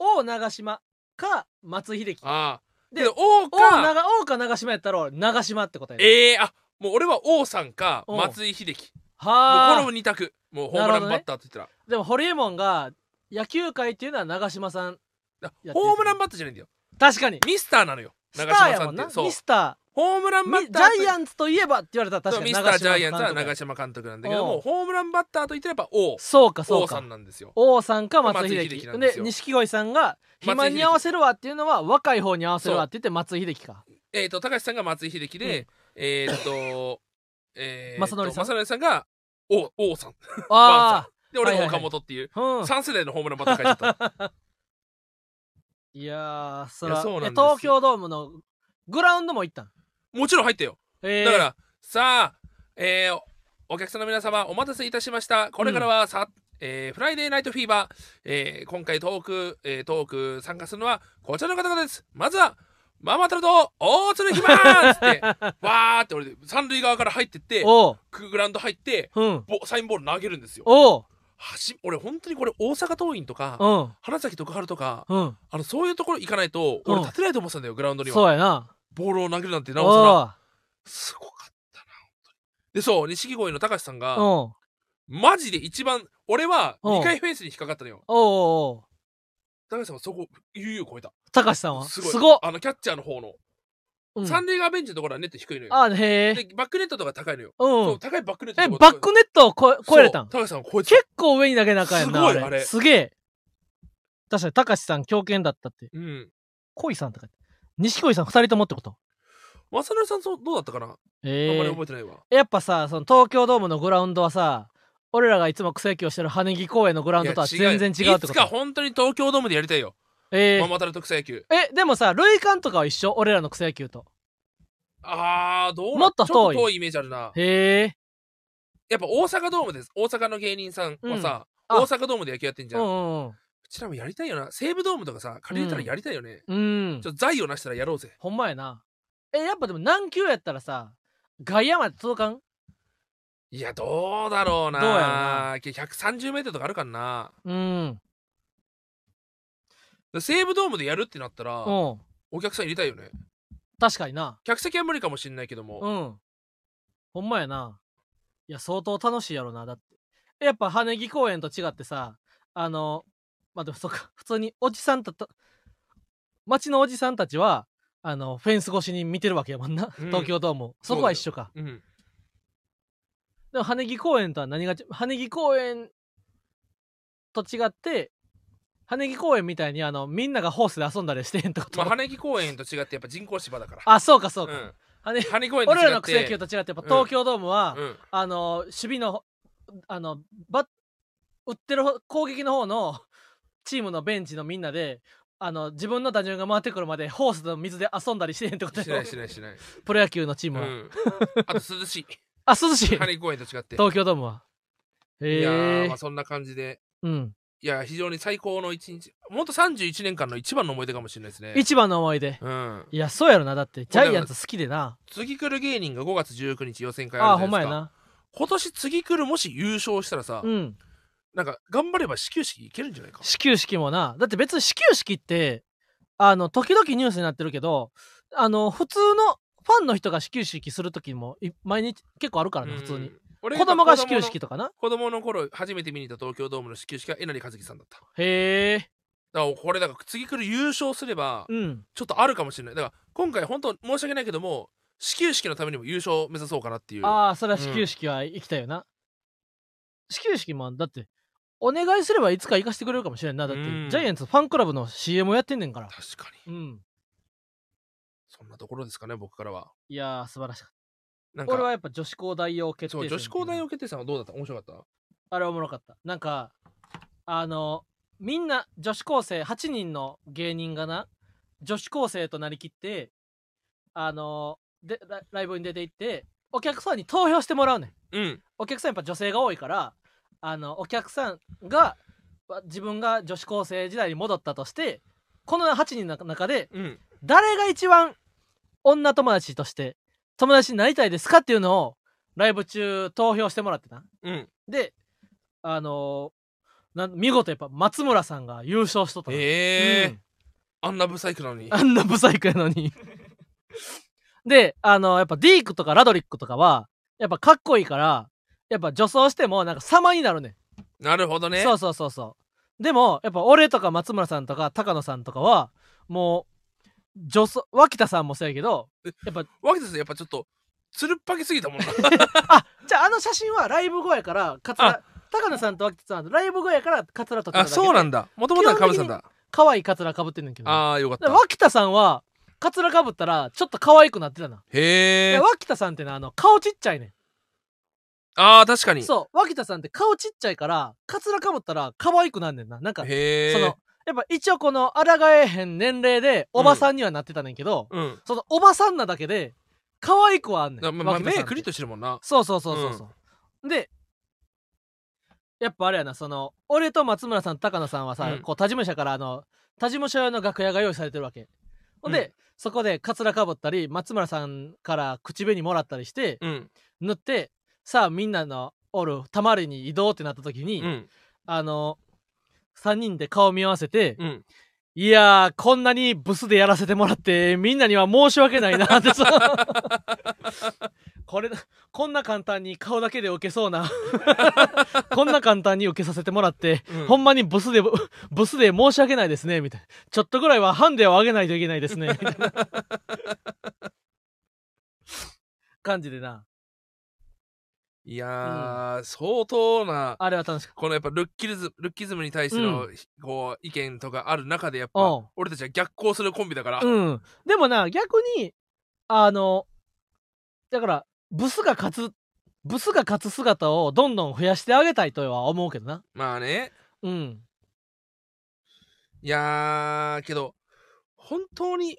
[SPEAKER 2] 王長島か松井秀喜
[SPEAKER 1] ああ
[SPEAKER 2] で
[SPEAKER 1] で王
[SPEAKER 2] 王
[SPEAKER 1] か
[SPEAKER 2] 長王か長島やったら俺長島って答える
[SPEAKER 1] ええあもう俺は王さんか
[SPEAKER 2] うん
[SPEAKER 1] 松井秀喜もうこ
[SPEAKER 2] は
[SPEAKER 1] の
[SPEAKER 2] あ
[SPEAKER 1] 二択もうホームランバッターって言ったら
[SPEAKER 2] でもホリエモンが野球界っていうのは長島さん
[SPEAKER 1] だ
[SPEAKER 2] やってる
[SPEAKER 1] ホームランバッターじゃないんだよ
[SPEAKER 2] 確かに
[SPEAKER 1] ミスターなのよ
[SPEAKER 2] スタ
[SPEAKER 1] 長
[SPEAKER 2] ー
[SPEAKER 1] 嶋
[SPEAKER 2] や
[SPEAKER 1] さ
[SPEAKER 2] も
[SPEAKER 1] ん
[SPEAKER 2] ん
[SPEAKER 1] っ
[SPEAKER 2] な
[SPEAKER 1] てそう
[SPEAKER 2] ミスタ
[SPEAKER 1] ホームラ
[SPEAKER 2] ー
[SPEAKER 1] ンバ
[SPEAKER 2] み
[SPEAKER 1] ッ
[SPEAKER 2] ジ
[SPEAKER 1] ター
[SPEAKER 2] ャイアンツといえばって言われたら
[SPEAKER 1] と
[SPEAKER 2] 確かに
[SPEAKER 1] ミス
[SPEAKER 2] 長
[SPEAKER 1] ター
[SPEAKER 2] 島
[SPEAKER 1] ジャイアンツは
[SPEAKER 2] 監督や
[SPEAKER 1] 長嶋監督なんだけど
[SPEAKER 2] う
[SPEAKER 1] も
[SPEAKER 2] ん
[SPEAKER 1] ホームランバッターといってやっぱ王
[SPEAKER 2] そうかそう
[SPEAKER 1] 王さ
[SPEAKER 2] か
[SPEAKER 1] んなんですよ
[SPEAKER 2] 王さんか松井秀
[SPEAKER 1] 松井秀喜
[SPEAKER 2] 喜
[SPEAKER 1] なんで
[SPEAKER 2] です
[SPEAKER 1] よ
[SPEAKER 2] 錦鯉さんが肥満に合わせるわっていうのは若い方に合わせるわって言って松井秀 喜か
[SPEAKER 1] えっと高橋さんが松井秀喜でえーっ とえーっと
[SPEAKER 2] 正則さん
[SPEAKER 1] 正則さんが王王さん
[SPEAKER 2] あ
[SPEAKER 1] で俺
[SPEAKER 2] はい
[SPEAKER 1] が
[SPEAKER 2] はいは
[SPEAKER 1] 岡
[SPEAKER 2] い
[SPEAKER 1] 本っていう
[SPEAKER 2] あうん
[SPEAKER 1] 三世代のホームランバッター書いちゃった
[SPEAKER 2] いやーそ
[SPEAKER 1] い
[SPEAKER 2] ら
[SPEAKER 1] やそうなん
[SPEAKER 2] え
[SPEAKER 1] ですよ
[SPEAKER 2] 東京ドームのグラウンドも行ったん
[SPEAKER 1] もちろん入ったよ
[SPEAKER 2] えー
[SPEAKER 1] だからさあえーお客さんの皆様お待たせいたしましたこれからはさ、えーフライデーナイトフィーバー、えー今回トーク、えートーク参加するのはこちらの方々ですまずはママタルト大鶴ひまーっつ ってわーって俺で三塁側から入ってって
[SPEAKER 2] おう
[SPEAKER 1] グラウンド入って
[SPEAKER 2] うん
[SPEAKER 1] ボサインボール投げるんですよ
[SPEAKER 2] おう
[SPEAKER 1] はし俺本当にこれ大阪桐蔭とか
[SPEAKER 2] うん
[SPEAKER 1] 花咲徳栄とか
[SPEAKER 2] うん
[SPEAKER 1] あのそういうところ行かないと
[SPEAKER 2] う
[SPEAKER 1] 俺
[SPEAKER 2] ん
[SPEAKER 1] 立てないと思ってたんだよグラウンドには
[SPEAKER 2] そうやな
[SPEAKER 1] ボールを投げるなんてなおさら
[SPEAKER 2] おう
[SPEAKER 1] すごかったな本当にでそう錦鯉の高橋さん
[SPEAKER 2] うん
[SPEAKER 1] が
[SPEAKER 2] おう
[SPEAKER 1] マジで一番俺は
[SPEAKER 2] うん
[SPEAKER 1] 2回フェンスに引っかかったのよ
[SPEAKER 2] おうおう
[SPEAKER 1] 高橋さんはそこ悠々超えた
[SPEAKER 2] 高橋さんは
[SPEAKER 1] す
[SPEAKER 2] す
[SPEAKER 1] ごい
[SPEAKER 2] ごっ
[SPEAKER 1] あのキャッチャーの方の、
[SPEAKER 2] うん
[SPEAKER 1] 三塁側ベンチのところはネット低いのよ
[SPEAKER 2] あへえ
[SPEAKER 1] でバックネットとか高いのよ、
[SPEAKER 2] う
[SPEAKER 1] そ
[SPEAKER 2] ん
[SPEAKER 1] う高いバックネット
[SPEAKER 2] え
[SPEAKER 1] の
[SPEAKER 2] バ
[SPEAKER 1] とこ
[SPEAKER 2] ックネットをこえ超えれたん
[SPEAKER 1] そう高橋さんは超えてた
[SPEAKER 2] 結構上に投げなあかんやんな
[SPEAKER 1] すごい
[SPEAKER 2] あれ
[SPEAKER 1] あれ
[SPEAKER 2] すげえ確かに高橋さん強肩だったって
[SPEAKER 1] うん
[SPEAKER 2] 恋さんとか錦鯉さん二人ともってこと
[SPEAKER 1] 正成さんそうどうだったかな、あん
[SPEAKER 2] え
[SPEAKER 1] まり
[SPEAKER 2] え
[SPEAKER 1] 覚えてないわ
[SPEAKER 2] やっぱさその東京ドームのグラウンドはさ俺らがいつも草野球をしてる羽根木公園のグラウンドとはい
[SPEAKER 1] や
[SPEAKER 2] 全然違うって
[SPEAKER 1] いつ
[SPEAKER 2] こ
[SPEAKER 1] か
[SPEAKER 2] と
[SPEAKER 1] 本当に東京ドームでやりたいよ
[SPEAKER 2] え
[SPEAKER 1] マ
[SPEAKER 2] ー
[SPEAKER 1] マタル特選野球
[SPEAKER 2] えでもさ類館とかは一緒俺らの草野球と
[SPEAKER 1] あーどうな
[SPEAKER 2] もっと遠い
[SPEAKER 1] ちょっと遠いイメージあるな
[SPEAKER 2] へえ
[SPEAKER 1] やっぱ大阪ドームです大阪の芸人さんはさ、
[SPEAKER 2] うんあ
[SPEAKER 1] 大阪ドームで野球やってんじ
[SPEAKER 2] う
[SPEAKER 1] ゃん、うん
[SPEAKER 2] うん
[SPEAKER 1] ちらもやりたいよな西武ドームとかさ借りれたらやりたいよね、
[SPEAKER 2] うんうん
[SPEAKER 1] ちょっと財をなしたらやろうぜ
[SPEAKER 2] ほんまやなえやっぱでも何球やったらさ外野まで届かん
[SPEAKER 1] いや、どうだろうな。
[SPEAKER 2] どうやろうな
[SPEAKER 1] 130メートルとかあるからな。
[SPEAKER 2] うん。
[SPEAKER 1] 西武ドームでやるってなったら、
[SPEAKER 2] うん。
[SPEAKER 1] お客さん入れたいよね。
[SPEAKER 2] 確かにな。
[SPEAKER 1] 客席は無理かもしんないけども。
[SPEAKER 2] うん。ほんまやな。いや、相当楽しいやろな。だって。やっぱ、羽木公園と違ってさ、あの、まあ、でもそっか、普 通におじさんたと、町のおじさんたちは、あの、フェンス越しに見てるわけやもんな。
[SPEAKER 1] うん
[SPEAKER 2] 東京ドームを。そこは一緒か。
[SPEAKER 1] うん。
[SPEAKER 2] でも、羽木公園とは何がち、羽木公園と違って、羽木公園みたいに、あの、みんながホースで遊んだりしてへんってこと、
[SPEAKER 1] まあ、羽木公園と違ってやっぱ人工芝だから。
[SPEAKER 2] あ、そうか、そうか。
[SPEAKER 1] ん。
[SPEAKER 2] 羽
[SPEAKER 1] 羽根公園と違って
[SPEAKER 2] 俺らの苦戦球と違って、やっぱ東京ドームは、
[SPEAKER 1] うん。
[SPEAKER 2] あの、守備の、あの、バッ、打ってる方攻撃の方のチームのベンチのみんなで、あの、自分の打順が回ってくるまでホースの水で遊んだりしてへんってこと
[SPEAKER 1] しな
[SPEAKER 2] で
[SPEAKER 1] いしないしない。
[SPEAKER 2] プロ野球のチー
[SPEAKER 1] う
[SPEAKER 2] ムは。
[SPEAKER 1] ん。あと涼し
[SPEAKER 2] あ、涼し
[SPEAKER 1] い。
[SPEAKER 2] い
[SPEAKER 1] 羽根公園と違って。
[SPEAKER 2] 東京ドームは。
[SPEAKER 1] いや
[SPEAKER 2] へ
[SPEAKER 1] ー
[SPEAKER 2] え
[SPEAKER 1] まあ、。そんな感じで。
[SPEAKER 2] うん。
[SPEAKER 1] いや、非常に最高の一日。もっと31年間の一番の思い出かもしれないですね。
[SPEAKER 2] 一番の思い出。
[SPEAKER 1] うん。
[SPEAKER 2] いや、そうやろな。だって、ジャイアンツ好きでな。
[SPEAKER 1] 次来る芸人が5月19日予選会あ
[SPEAKER 2] ああ、
[SPEAKER 1] るじ
[SPEAKER 2] ほ
[SPEAKER 1] ゃ
[SPEAKER 2] ん
[SPEAKER 1] な
[SPEAKER 2] ま
[SPEAKER 1] いで
[SPEAKER 2] や
[SPEAKER 1] すか。
[SPEAKER 2] な。
[SPEAKER 1] 今年次来るもし優勝したらさ、
[SPEAKER 2] うん。
[SPEAKER 1] なんか頑張れば始球式いけるんじゃないか。
[SPEAKER 2] 始球式もな。だって別に始球式って、あの、時々ニュースになってるけど、あの、普通のファンの人が始球式する時もい、毎日結構あるからな、普通
[SPEAKER 1] う
[SPEAKER 2] に。
[SPEAKER 1] ん。俺
[SPEAKER 2] 子供が始球式とかな。
[SPEAKER 1] 子供の頃初めて見に行った東京ドームの始球式はえなりかずきさんだった。
[SPEAKER 2] へえ。
[SPEAKER 1] だからこれだから次来る優勝すれば
[SPEAKER 2] うん。
[SPEAKER 1] ちょっとあるかもしれない。だから今回本当申し訳ないけども始球式のためにも優勝目指そうかなっていう。
[SPEAKER 2] ああ、それは始球式は行きたいよな。始球式も、だって、お願いすればいつか行かせてくれるかもしれんな。だって、
[SPEAKER 1] うん
[SPEAKER 2] ジャイアンツファンクラブの CM をやってんねんから。
[SPEAKER 1] 確かに。
[SPEAKER 2] うん。
[SPEAKER 1] そんなところですかね僕からは。
[SPEAKER 2] いやー、素晴らしかっ
[SPEAKER 1] なん
[SPEAKER 2] た。俺は
[SPEAKER 1] か
[SPEAKER 2] やっぱ女子高大王決定
[SPEAKER 1] そう
[SPEAKER 2] 戦
[SPEAKER 1] 女子高
[SPEAKER 2] っていう
[SPEAKER 1] 大
[SPEAKER 2] の
[SPEAKER 1] を決定さんはどうだった面白かった
[SPEAKER 2] あれおもろかった。なんか、あの、みんな女子高生、8人の芸人がな、女子高生となりきって、あの、でラライブに出て行って、お客さんに投票してもらうねん。
[SPEAKER 1] うん。
[SPEAKER 2] お客さんやっぱ女性が多いから、あの、お客さんが、わ自分が女子高生時代に戻ったとして、この8人の中で、
[SPEAKER 1] うん。
[SPEAKER 2] 誰が一番女友達として友達になりたいですかっていうのを、ライブ中投票してもらってな。
[SPEAKER 1] うん。
[SPEAKER 2] で、あのーなん見事やっぱ松村さんが優勝しとったの
[SPEAKER 1] ええ
[SPEAKER 2] うん
[SPEAKER 1] あんなブサイクなのに。
[SPEAKER 2] あんなブサイクやのに。で、あのやっぱディークとかラドリックとかは、やっぱかっこいいから、やっぱ女装してもなんか様になるね ん。
[SPEAKER 1] なるほどね。
[SPEAKER 2] そうそうそうそう。でも、やっぱ俺とか松村さんとか高野さんとかは、もう、女装、脇田さんもそうやけど、やっぱ、
[SPEAKER 1] 脇田さんやっぱちょっとつるっぱげすぎ たもんな。
[SPEAKER 2] あ、じゃああの写真はライブ後やから、カツ
[SPEAKER 1] あ
[SPEAKER 2] ラ、高野さんと脇田さん、ライブ後やからカツラと
[SPEAKER 1] あ、そうなん
[SPEAKER 2] だ。
[SPEAKER 1] だ。もともとは
[SPEAKER 2] 基
[SPEAKER 1] カ
[SPEAKER 2] 本
[SPEAKER 1] ブ
[SPEAKER 2] 的
[SPEAKER 1] さん
[SPEAKER 2] に
[SPEAKER 1] だ。
[SPEAKER 2] 可愛いカツラ被ってんねんけど。
[SPEAKER 1] ああ、よかっ
[SPEAKER 2] で
[SPEAKER 1] た。
[SPEAKER 2] 脇田さんはカツラかぶったらちょっと可愛くなってたな、
[SPEAKER 1] へえ
[SPEAKER 2] で。脇田さんってのはあの顔ちっちゃいね
[SPEAKER 1] ああ、確か
[SPEAKER 2] ん
[SPEAKER 1] に。
[SPEAKER 2] そう脇田さんって顔ちっちゃいからカツラかぶったら可愛くなんねんななんかそ
[SPEAKER 1] へえ。
[SPEAKER 2] のやっぱ一応この抗えへん年齢でおばさんにはなってたねんけど、
[SPEAKER 1] うん。
[SPEAKER 2] そのおばさんなだけで可愛くはあんねん
[SPEAKER 1] なまま
[SPEAKER 2] 脇田さん
[SPEAKER 1] 目
[SPEAKER 2] って
[SPEAKER 1] クリッとしてるもんな。
[SPEAKER 2] そうそうそうそうそう、でやっぱあれやなその俺と松村さん高野さんはさ、
[SPEAKER 1] うん
[SPEAKER 2] こう他事務所からあの他事務所用の楽屋が用意されてるわけほんで、
[SPEAKER 1] う
[SPEAKER 2] そこでカツラかぶったり松村さんから口紅もらったりして
[SPEAKER 1] うん。
[SPEAKER 2] 塗ってさあみんなのおるたまりに移動ってなった時に、
[SPEAKER 1] うん。
[SPEAKER 2] あの3人で顔見合わせて、
[SPEAKER 1] うん。
[SPEAKER 2] いやーこんなにブスでやらせてもらってみんなには申し訳ないなってさこれこんな簡単に顔だけで受けそうなこんな簡単に受けさせてもらって、
[SPEAKER 1] うん
[SPEAKER 2] ほんまにブスでブブスで申し訳ないですねみたいなちょっとぐらいはハンデを上げないといけないですねみたいな感じでない
[SPEAKER 1] やー、相当な、
[SPEAKER 2] あれは楽しかっ
[SPEAKER 1] このやっぱルッキリズム、ルッキズムに対しての、こう、意見とかある中で、やっ
[SPEAKER 2] うん
[SPEAKER 1] ぱ、俺たちは逆行するコンビだから
[SPEAKER 2] た。うんでもな逆にあのだからブスが勝つブスが勝つ姿をどんどん増やしてあげたいとは思うけどな
[SPEAKER 1] まあね。
[SPEAKER 2] うん
[SPEAKER 1] いやー、けど、本当に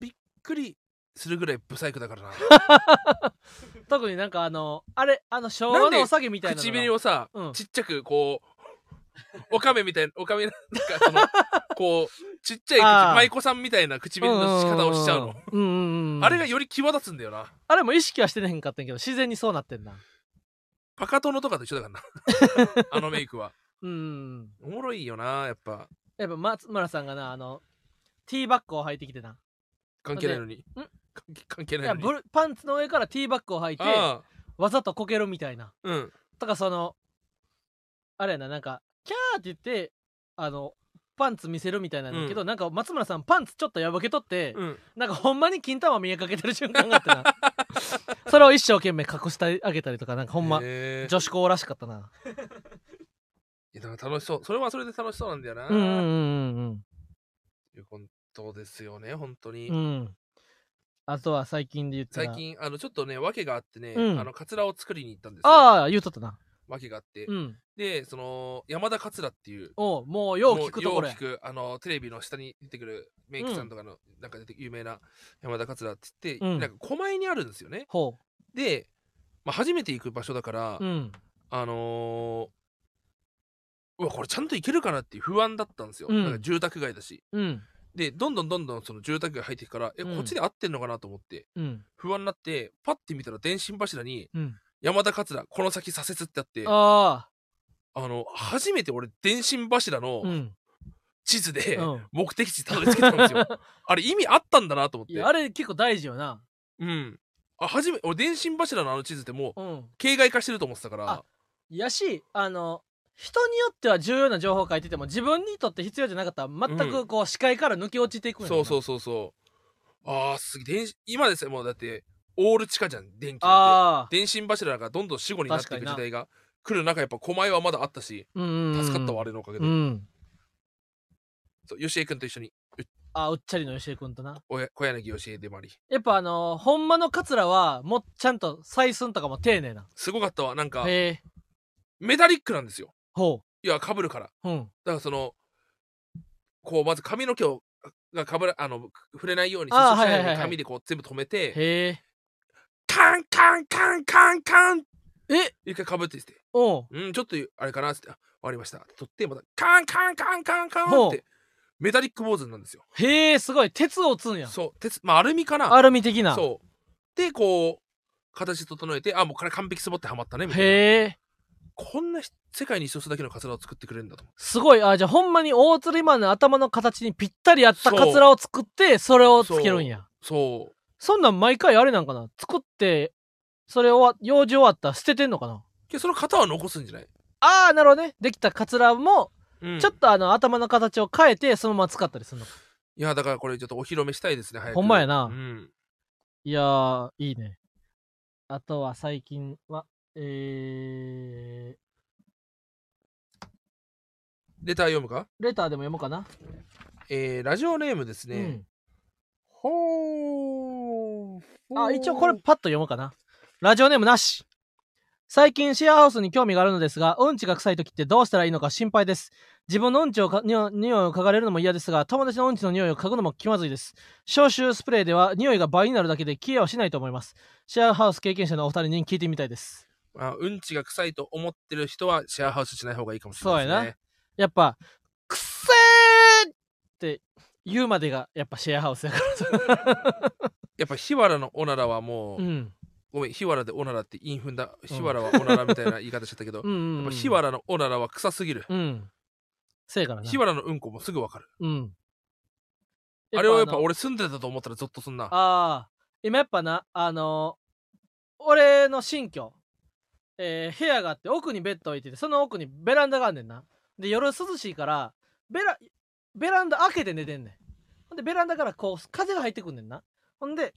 [SPEAKER 1] びっくりするぐらいブサイクだ から
[SPEAKER 2] 特になんかあのあれあの昭和のおさげみた
[SPEAKER 1] な。
[SPEAKER 2] いなのが
[SPEAKER 1] 唇をさ、
[SPEAKER 2] うん
[SPEAKER 1] ちっちゃくこう、おかめみたいな、おかめなんかその、こう、ちっちゃい口
[SPEAKER 2] あー
[SPEAKER 1] 舞妓さんみたいな唇の仕方をしちゃうの。
[SPEAKER 2] うんうんうん。
[SPEAKER 1] あれがより際立つんだよな。
[SPEAKER 2] あれも意識はしてねへんかったんやけど、自然にそうなってんな。
[SPEAKER 1] パカ殿とかと一緒だから な。あのメイクは。
[SPEAKER 2] うんうん。
[SPEAKER 1] おもろいよな、やっぱ。
[SPEAKER 2] やっぱ松村さんがな、あの、ティーバッグを履いてきてな。
[SPEAKER 1] 関係ないのに。関係関係
[SPEAKER 2] い
[SPEAKER 1] ない
[SPEAKER 2] や
[SPEAKER 1] のに。
[SPEAKER 2] ブルパンツの上からティーバッグを履いて、
[SPEAKER 1] ああ、
[SPEAKER 2] わざとこけるみたいな。
[SPEAKER 1] うん。
[SPEAKER 2] とか、その、あれやな、なんか、キャーって言って、あの、パンツ見せるみたいなんだけど、なんか松村さんパンツちょっと破けとって、
[SPEAKER 1] うん。
[SPEAKER 2] なんかほんまに金玉見えかけてる瞬間があっ てなそれを一生懸命隠してあげたりとかなんかほんま
[SPEAKER 1] えー
[SPEAKER 2] 女子校らしかったない
[SPEAKER 1] やだから楽しそう。それはそれで楽しそうなんだよな。
[SPEAKER 2] うんう
[SPEAKER 1] っ
[SPEAKER 2] んうん
[SPEAKER 1] ていうことですよね、本当に。
[SPEAKER 2] うんうんあとは最近で言ったら
[SPEAKER 1] 最近、あの、ちょっとね、訳があってね、
[SPEAKER 2] うん
[SPEAKER 1] あの、カツラを作りに行ったんですよ。
[SPEAKER 2] ああ言うとったな
[SPEAKER 1] 訳があって。
[SPEAKER 2] うん
[SPEAKER 1] で、その、山田カツラっていう、
[SPEAKER 2] おうもうよう聞くところ
[SPEAKER 1] よ
[SPEAKER 2] や
[SPEAKER 1] う聞くあのテレビの下に出てくるメイクさんとかの、なんか出て有名な山田桂って言って、
[SPEAKER 2] うん
[SPEAKER 1] なんか狛江にあるんですよね
[SPEAKER 2] ほ
[SPEAKER 1] で、まあ、初めて行く場所だから、
[SPEAKER 2] ううん
[SPEAKER 1] あのーうわこれちゃんと行けるかなっていう不安だったんですよ、
[SPEAKER 2] うん
[SPEAKER 1] なんか住宅街だし
[SPEAKER 2] うん
[SPEAKER 1] でどんどんどんどんその住宅街入っていくから、え
[SPEAKER 2] うん
[SPEAKER 1] こっちで合ってんのかなと思って
[SPEAKER 2] うん
[SPEAKER 1] 不安になってパッて見たら電信柱に
[SPEAKER 2] うん
[SPEAKER 1] 「山田桂この先左折」ってあってあ
[SPEAKER 2] ああ
[SPEAKER 1] の初めて俺電信柱の
[SPEAKER 2] うん
[SPEAKER 1] 地図で、
[SPEAKER 2] うん
[SPEAKER 1] 目的地たどり着けたんです よあれ意味あったんだなと思っ
[SPEAKER 2] い
[SPEAKER 1] て
[SPEAKER 2] やあれ結構大事よな
[SPEAKER 1] うんあ初め俺電信柱のあの地図ってもう
[SPEAKER 2] うん
[SPEAKER 1] 形骸化してると思ってたから
[SPEAKER 2] あやしあの人によっては重要な情報を書いてても自分にとって必要じゃなかったら全くこう視界から抜け落ちていくんや
[SPEAKER 1] そ
[SPEAKER 2] ろな
[SPEAKER 1] うそうそうそうあーすげえ電信今ですよもうだってオール地下じゃん電気なんて
[SPEAKER 2] ああ
[SPEAKER 1] 電信柱がどんどん死後になっていく
[SPEAKER 2] 確かにな
[SPEAKER 1] 時代が来る中やっぱ狛江はまだあったし助
[SPEAKER 2] 助
[SPEAKER 1] かったわあれのおかげで、
[SPEAKER 2] うん。
[SPEAKER 1] そう吉江君と一緒に
[SPEAKER 2] あ、うっちゃりの吉井君とな。
[SPEAKER 1] おや小柳吉江でもあり
[SPEAKER 2] やっぱあのー、ほんまのカツラは、もうちゃんと採寸とかも丁寧な。
[SPEAKER 1] すごかったわなんか
[SPEAKER 2] へえ。
[SPEAKER 1] メタリックなんですよ
[SPEAKER 2] ほ
[SPEAKER 1] いやかぶるから
[SPEAKER 2] う。うん。
[SPEAKER 1] だからそのこうまず髪の毛をがかぶらあの触れないように接
[SPEAKER 2] あ
[SPEAKER 1] 触
[SPEAKER 2] ー
[SPEAKER 1] しないよう
[SPEAKER 2] はいはい
[SPEAKER 1] に
[SPEAKER 2] はい
[SPEAKER 1] 髪でこう全部止めて
[SPEAKER 2] へえ。
[SPEAKER 1] カンカンカンカンカン
[SPEAKER 2] え
[SPEAKER 1] 一回かぶってして
[SPEAKER 2] おう。
[SPEAKER 1] うんちょっとあれかなっつってあ終わりました取ってまたカンカンカンカンカン
[SPEAKER 2] ほ
[SPEAKER 1] っ
[SPEAKER 2] う
[SPEAKER 1] てメタリック坊主なんですよ
[SPEAKER 2] へえ、すごい。鉄を打つんや。
[SPEAKER 1] そう鉄まあアルミかな
[SPEAKER 2] アルミ的な。
[SPEAKER 1] そうでこう形整えてあもうこれ完璧スボってはまったねみたいな
[SPEAKER 2] へえ。
[SPEAKER 1] こんなひ世界に一つだけのカツラを作ってくれるんだと思
[SPEAKER 2] すごい。あ、じゃあほんまに大釣りマンの頭の形にぴったり合った
[SPEAKER 1] そう
[SPEAKER 2] カツラを作って、それをつけるんや。
[SPEAKER 1] うそう
[SPEAKER 2] そんなん毎回あれなんかな作って、それを用事終わったら捨ててんのかな
[SPEAKER 1] けどその型は残すんじゃない、
[SPEAKER 2] ああ、なるほどね。できたカツラも、
[SPEAKER 1] うん
[SPEAKER 2] ちょっとあの、頭の形を変えて、そのまま使ったりするのか
[SPEAKER 1] いやだからこれちょっとお披露目したいですね早く
[SPEAKER 2] ほんまやな
[SPEAKER 1] うん、
[SPEAKER 2] いやー、いいね。あとは最近は、えー、
[SPEAKER 1] レター読むか
[SPEAKER 2] レターでも読もうかな。
[SPEAKER 1] えー、ラジオネームですね、ほー
[SPEAKER 2] うん。あ、一応これパッと読もうかな。ラジオネームなし。最近シェアハウスに興味があるのですが、うんちが臭い時ってどうしたらいいのか心配です。自分のうんちをか匂い匂いを嗅がれるのも嫌ですが、友達のうんちの匂いを嗅ぐのも気まずいです。消臭スプレーでは匂いが倍になるだけで消えはしないと思います。シェアハウス経験者のお二人に聞いてみたいです。
[SPEAKER 1] あうんちが臭いと思ってる人はシェアハウスしない方がいいかもしれないですね
[SPEAKER 2] そうややっぱ、くっせーって言うまでがやっぱシェアハウスやから。
[SPEAKER 1] やっぱ日原のおならはもう、
[SPEAKER 2] うん。
[SPEAKER 1] ごめん日原でおならってインフンだ日原はおならみたいな言い方しちゃったけど、
[SPEAKER 2] うんうん、うん。
[SPEAKER 1] やっぱ日。原のおならは臭すぎる、
[SPEAKER 2] うん。せやからな。
[SPEAKER 1] 日原のうんこもすぐわかる
[SPEAKER 2] うん。
[SPEAKER 1] あれはやっぱ
[SPEAKER 2] あの
[SPEAKER 1] 俺住んでたと思ったらゾッとすんな
[SPEAKER 2] あー、今やっぱな、あのー俺の新居、えー部屋があって、奥にベッド置いてて、その奥にベランダがあんねんな。で、夜涼しいから、ベラ、ベランダ開けて寝てんねん。ほんで、ベランダからこう、風が入ってくんねんな。ほんで、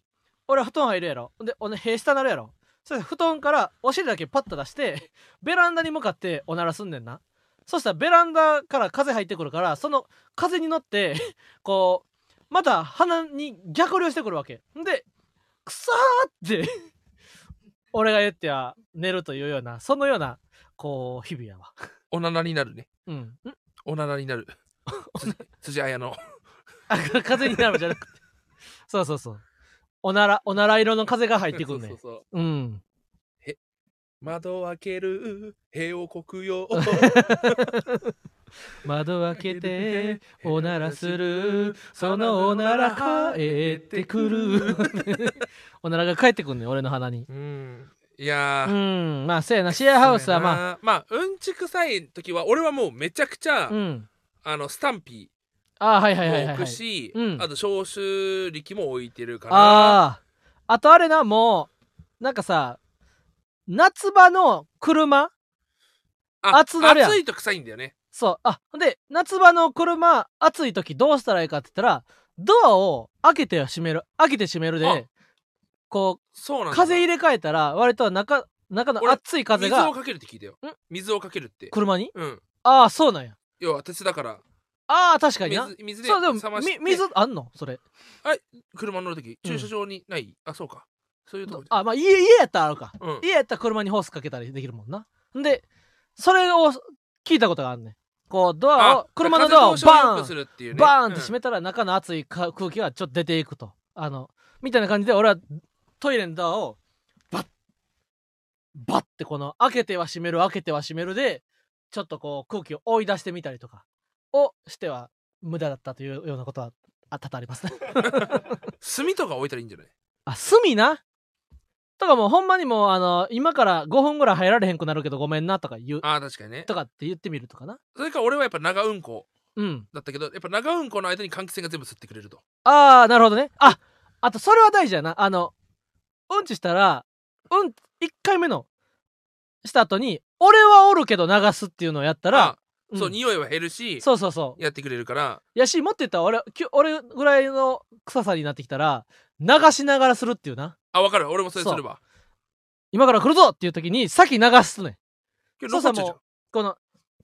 [SPEAKER 2] 俺は布団入るやろ。ほんで、俺、塀下なるやろ。それで布団からお尻だけパッと出して、 ベランダに向かっておならすんねんな。そしたらベランダから風入ってくるから、その風に乗って、 こう、また鼻に逆流してくるわけ。んで、くさーって、 俺が言っては寝るというような、そのような、こう、日々やわ。
[SPEAKER 1] おならになるね
[SPEAKER 2] うん。ん
[SPEAKER 1] おならにな る辻辻彩の
[SPEAKER 2] あ、風になるじゃなくて。そうそうそう。おなら、おなら色の風が入ってくるね。
[SPEAKER 1] そうそうそう
[SPEAKER 2] うん。
[SPEAKER 1] 窓を開ける塀をこくよ
[SPEAKER 2] 窓開けておならするそのおなら帰ってくる おならが帰ってくんね俺の鼻に
[SPEAKER 1] うん。いうやー。
[SPEAKER 2] んまあせやなシェアハウスはま
[SPEAKER 1] あ。まあ、うんち臭い時は、俺はもうめちゃくちゃ、
[SPEAKER 2] あうん
[SPEAKER 1] あの、スタンピ
[SPEAKER 2] ああはいはいはい
[SPEAKER 1] ー
[SPEAKER 2] は
[SPEAKER 1] も
[SPEAKER 2] い、
[SPEAKER 1] 置
[SPEAKER 2] は
[SPEAKER 1] く
[SPEAKER 2] い、
[SPEAKER 1] し、
[SPEAKER 2] うん
[SPEAKER 1] あと消臭力も置いてるから。
[SPEAKER 2] あああとあれなもうなんかさ夏場の車
[SPEAKER 1] あ
[SPEAKER 2] 熱なるやん
[SPEAKER 1] 暑いと臭いんだよね。
[SPEAKER 2] そうあほんで夏場の車暑い時どうしたらいいかって言ったらドアを開けて閉める開けて閉める
[SPEAKER 1] あ
[SPEAKER 2] でこ
[SPEAKER 1] そう
[SPEAKER 2] う
[SPEAKER 1] なんだ。
[SPEAKER 2] 風入れ替えたら割と中中の
[SPEAKER 1] 俺
[SPEAKER 2] 熱い風
[SPEAKER 1] 水を
[SPEAKER 2] が
[SPEAKER 1] かけるって聞いたよ
[SPEAKER 2] ん。
[SPEAKER 1] 水をかけるって。
[SPEAKER 2] 車に
[SPEAKER 1] うん。
[SPEAKER 2] ああそうなんや
[SPEAKER 1] 要は鉄だから。
[SPEAKER 2] ああ確かにな
[SPEAKER 1] 水水で
[SPEAKER 2] そうで
[SPEAKER 1] 冷
[SPEAKER 2] も
[SPEAKER 1] まし
[SPEAKER 2] み
[SPEAKER 1] て。
[SPEAKER 2] 水あんのそれ
[SPEAKER 1] 車乗る時
[SPEAKER 2] うん
[SPEAKER 1] 駐車場にない。あ、そうか。そういうとこで。
[SPEAKER 2] あまあ家家やったらあるか
[SPEAKER 1] うん。
[SPEAKER 2] 家やったら車にホースかけたりできるもんなでそれを聞いたことがあるねんこうドアを車のドアをバーン
[SPEAKER 1] ンっていうね
[SPEAKER 2] バーンって閉
[SPEAKER 1] め
[SPEAKER 2] めたら中の熱いか空気がちょっと出ていくとあのみたいな感じで俺はトイレのドアをバッバッてこの開けては閉める開けては閉めるでちょっとこう空気を追い出してみたりとかをしては無駄だったというようなことはあ多々ありますね
[SPEAKER 1] 炭とか置いたらいいんじゃない
[SPEAKER 2] あ隅なとかもうほんまにもうあの今から5分ぐらい入られへんくなるけどごめんなとか言う
[SPEAKER 1] ああ確かにね
[SPEAKER 2] とかって言ってみるとかな
[SPEAKER 1] それか俺はやっぱ長うんこ
[SPEAKER 2] うん
[SPEAKER 1] だったけどやっぱ長うんこの間に換気扇が全部吸ってくれると
[SPEAKER 2] ああなるほどねああとそれは大事やなあのうんちしたらうん1回目のした後に俺はおるけど流すっていうのをやったら、
[SPEAKER 1] あそう、
[SPEAKER 2] ん
[SPEAKER 1] 匂いは減るし
[SPEAKER 2] そうそうそう
[SPEAKER 1] やってくれるから
[SPEAKER 2] やしもっと言ったら俺きゅ俺ぐらいの臭さになってきたら流しながらするっていうな
[SPEAKER 1] あ分かる俺もそれす
[SPEAKER 2] そう
[SPEAKER 1] るわ
[SPEAKER 2] 今から来るぞっていう時に先流すね
[SPEAKER 1] 今日残
[SPEAKER 2] そうさ
[SPEAKER 1] っちゃうじゃん
[SPEAKER 2] もうこの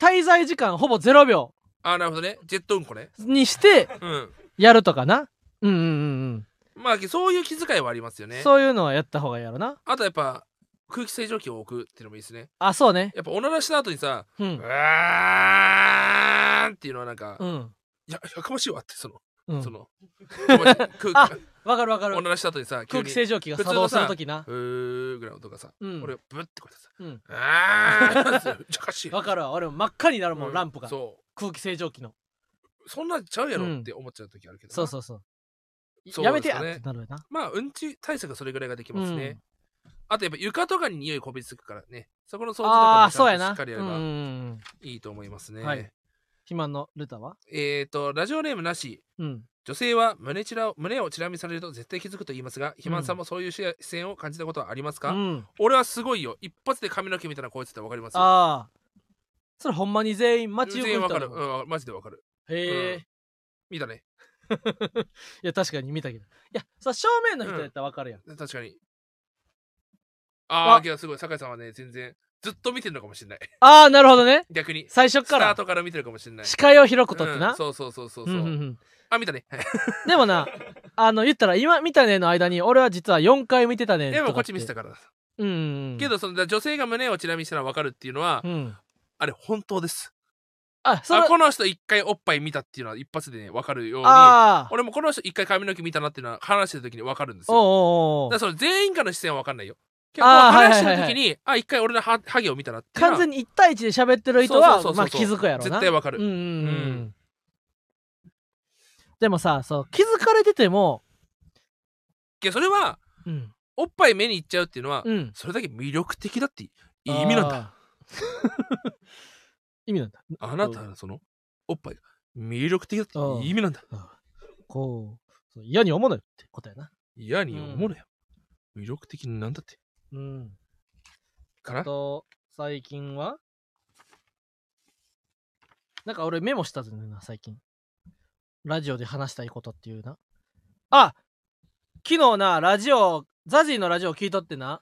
[SPEAKER 2] 滞在時間ほぼ0秒
[SPEAKER 1] あーなるほどねジェットうんこ ね
[SPEAKER 2] にして
[SPEAKER 1] うん
[SPEAKER 2] やるとかなうんうんうん
[SPEAKER 1] まあそういう気遣いはありますよ
[SPEAKER 2] うん、
[SPEAKER 1] ね
[SPEAKER 2] そういうのはやった方がいいやろな
[SPEAKER 1] あとやっぱ空気清浄機を置くっていうのもいいですね
[SPEAKER 2] あそうね
[SPEAKER 1] やっぱおならした後にさ
[SPEAKER 2] う
[SPEAKER 1] 「うんわーん」っていうのはなんか
[SPEAKER 2] うん
[SPEAKER 1] 「いややかましいわ」ってその
[SPEAKER 2] うん
[SPEAKER 1] その空
[SPEAKER 2] あ
[SPEAKER 1] 気
[SPEAKER 2] わかるわかる
[SPEAKER 1] おならした後にさ急
[SPEAKER 2] 空
[SPEAKER 1] に
[SPEAKER 2] 気清浄機が作動するときな
[SPEAKER 1] うーぐらいの音がさ、
[SPEAKER 2] うん
[SPEAKER 1] 俺ブッてこうやってさ、
[SPEAKER 2] うん
[SPEAKER 1] あー じゃかしい
[SPEAKER 2] わかるわ俺も真っ赤になるもん、ランプが
[SPEAKER 1] そ
[SPEAKER 2] 空気清浄機の
[SPEAKER 1] うそんなんちゃうやろって思っちゃう時あるけどな、
[SPEAKER 2] そうそうそう
[SPEAKER 1] そう
[SPEAKER 2] や
[SPEAKER 1] で
[SPEAKER 2] め
[SPEAKER 1] す
[SPEAKER 2] てや
[SPEAKER 1] よ
[SPEAKER 2] っ
[SPEAKER 1] ね
[SPEAKER 2] てなるよな
[SPEAKER 1] まあうんち対策はそれぐらいができますね、あとやっぱ床とかに匂いこびりつくからねそこの掃除と
[SPEAKER 2] あ
[SPEAKER 1] か
[SPEAKER 2] あそうや
[SPEAKER 1] もちゃんとし
[SPEAKER 2] な
[SPEAKER 1] っかりや
[SPEAKER 2] う
[SPEAKER 1] れ
[SPEAKER 2] んうん
[SPEAKER 1] ば
[SPEAKER 2] うん
[SPEAKER 1] いいと思いますね、
[SPEAKER 2] はい肥満のルタは
[SPEAKER 1] えっ、ー、とラジオネームなし
[SPEAKER 2] うん
[SPEAKER 1] 女性は胸ちらを胸をちなみされると絶対気づくと言いますが肥満さんもそういう視野視線を感じたことはあります
[SPEAKER 2] う
[SPEAKER 1] か、
[SPEAKER 2] ん
[SPEAKER 1] 俺はすごいよ一発で髪の毛みたいなこいつってわかりますよ
[SPEAKER 2] ああそれほんまに全員街行く
[SPEAKER 1] 全員わ
[SPEAKER 2] 人
[SPEAKER 1] か
[SPEAKER 2] な
[SPEAKER 1] る、
[SPEAKER 2] の
[SPEAKER 1] うん、マジでわかる
[SPEAKER 2] へえ、
[SPEAKER 1] うん見たね
[SPEAKER 2] いや確かに見たけどいやそれ正面の人やったらわかるやん、
[SPEAKER 1] 確かにああ
[SPEAKER 2] あ
[SPEAKER 1] けどすごい酒井さんはね全然ずっと見てるのかもしれない
[SPEAKER 2] ああなるほどね
[SPEAKER 1] 逆にス
[SPEAKER 2] 最初
[SPEAKER 1] タ
[SPEAKER 2] か
[SPEAKER 1] ー
[SPEAKER 2] ら
[SPEAKER 1] トから見てるかもしれない
[SPEAKER 2] 視界を広くとってな、
[SPEAKER 1] うんそうそうそうそう
[SPEAKER 2] う
[SPEAKER 1] そ
[SPEAKER 2] ん
[SPEAKER 1] う、
[SPEAKER 2] うんうん
[SPEAKER 1] あ見たね
[SPEAKER 2] でもな あの言ったら今見たねの間に俺は実は4回見てたね
[SPEAKER 1] で
[SPEAKER 2] とか
[SPEAKER 1] もこってち見せたからだ
[SPEAKER 2] うんうんうん
[SPEAKER 1] けどその女性が胸をちなみにしたら分かるっていうのは、
[SPEAKER 2] うん
[SPEAKER 1] あれ本当です
[SPEAKER 2] あそ
[SPEAKER 1] あ
[SPEAKER 2] れ
[SPEAKER 1] この人一回おっぱい見たっていうのは一発でね分かるように
[SPEAKER 2] ああ
[SPEAKER 1] 俺もこの人一回髪の毛見たなっていうのは話してる時に分かるんですよ
[SPEAKER 2] おうおうおう
[SPEAKER 1] だからその全員からの視線は分かんないよ結構
[SPEAKER 2] あー
[SPEAKER 1] 話してる
[SPEAKER 2] はいはい
[SPEAKER 1] 時にあ一回俺のハハゲを見たなっていうのは
[SPEAKER 2] 完全に1対1で喋ってる人は
[SPEAKER 1] そうそうそうそう
[SPEAKER 2] まあ気づくやろな
[SPEAKER 1] 絶対分かる、
[SPEAKER 2] うんうんうん、
[SPEAKER 1] う
[SPEAKER 2] でもさそう気づかれてても
[SPEAKER 1] いやそれは
[SPEAKER 2] うん
[SPEAKER 1] おっぱい目に行っちゃうっていうのは、
[SPEAKER 2] うん
[SPEAKER 1] それだけ魅力的だっていい意味なんだ
[SPEAKER 2] あー 意味なんだ
[SPEAKER 1] あなたのそのおっぱいが魅力的だっていい意味なんだ
[SPEAKER 2] こうそう嫌に思うなよってことやな
[SPEAKER 1] 嫌に思うなよ、魅力的なんだって
[SPEAKER 2] うん
[SPEAKER 1] か
[SPEAKER 2] あ
[SPEAKER 1] ら
[SPEAKER 2] と最近はなんか俺メモしたぜな最近ラジオで話したいことっていうなあ昨日なラジオザジーのラジオ聞いとってな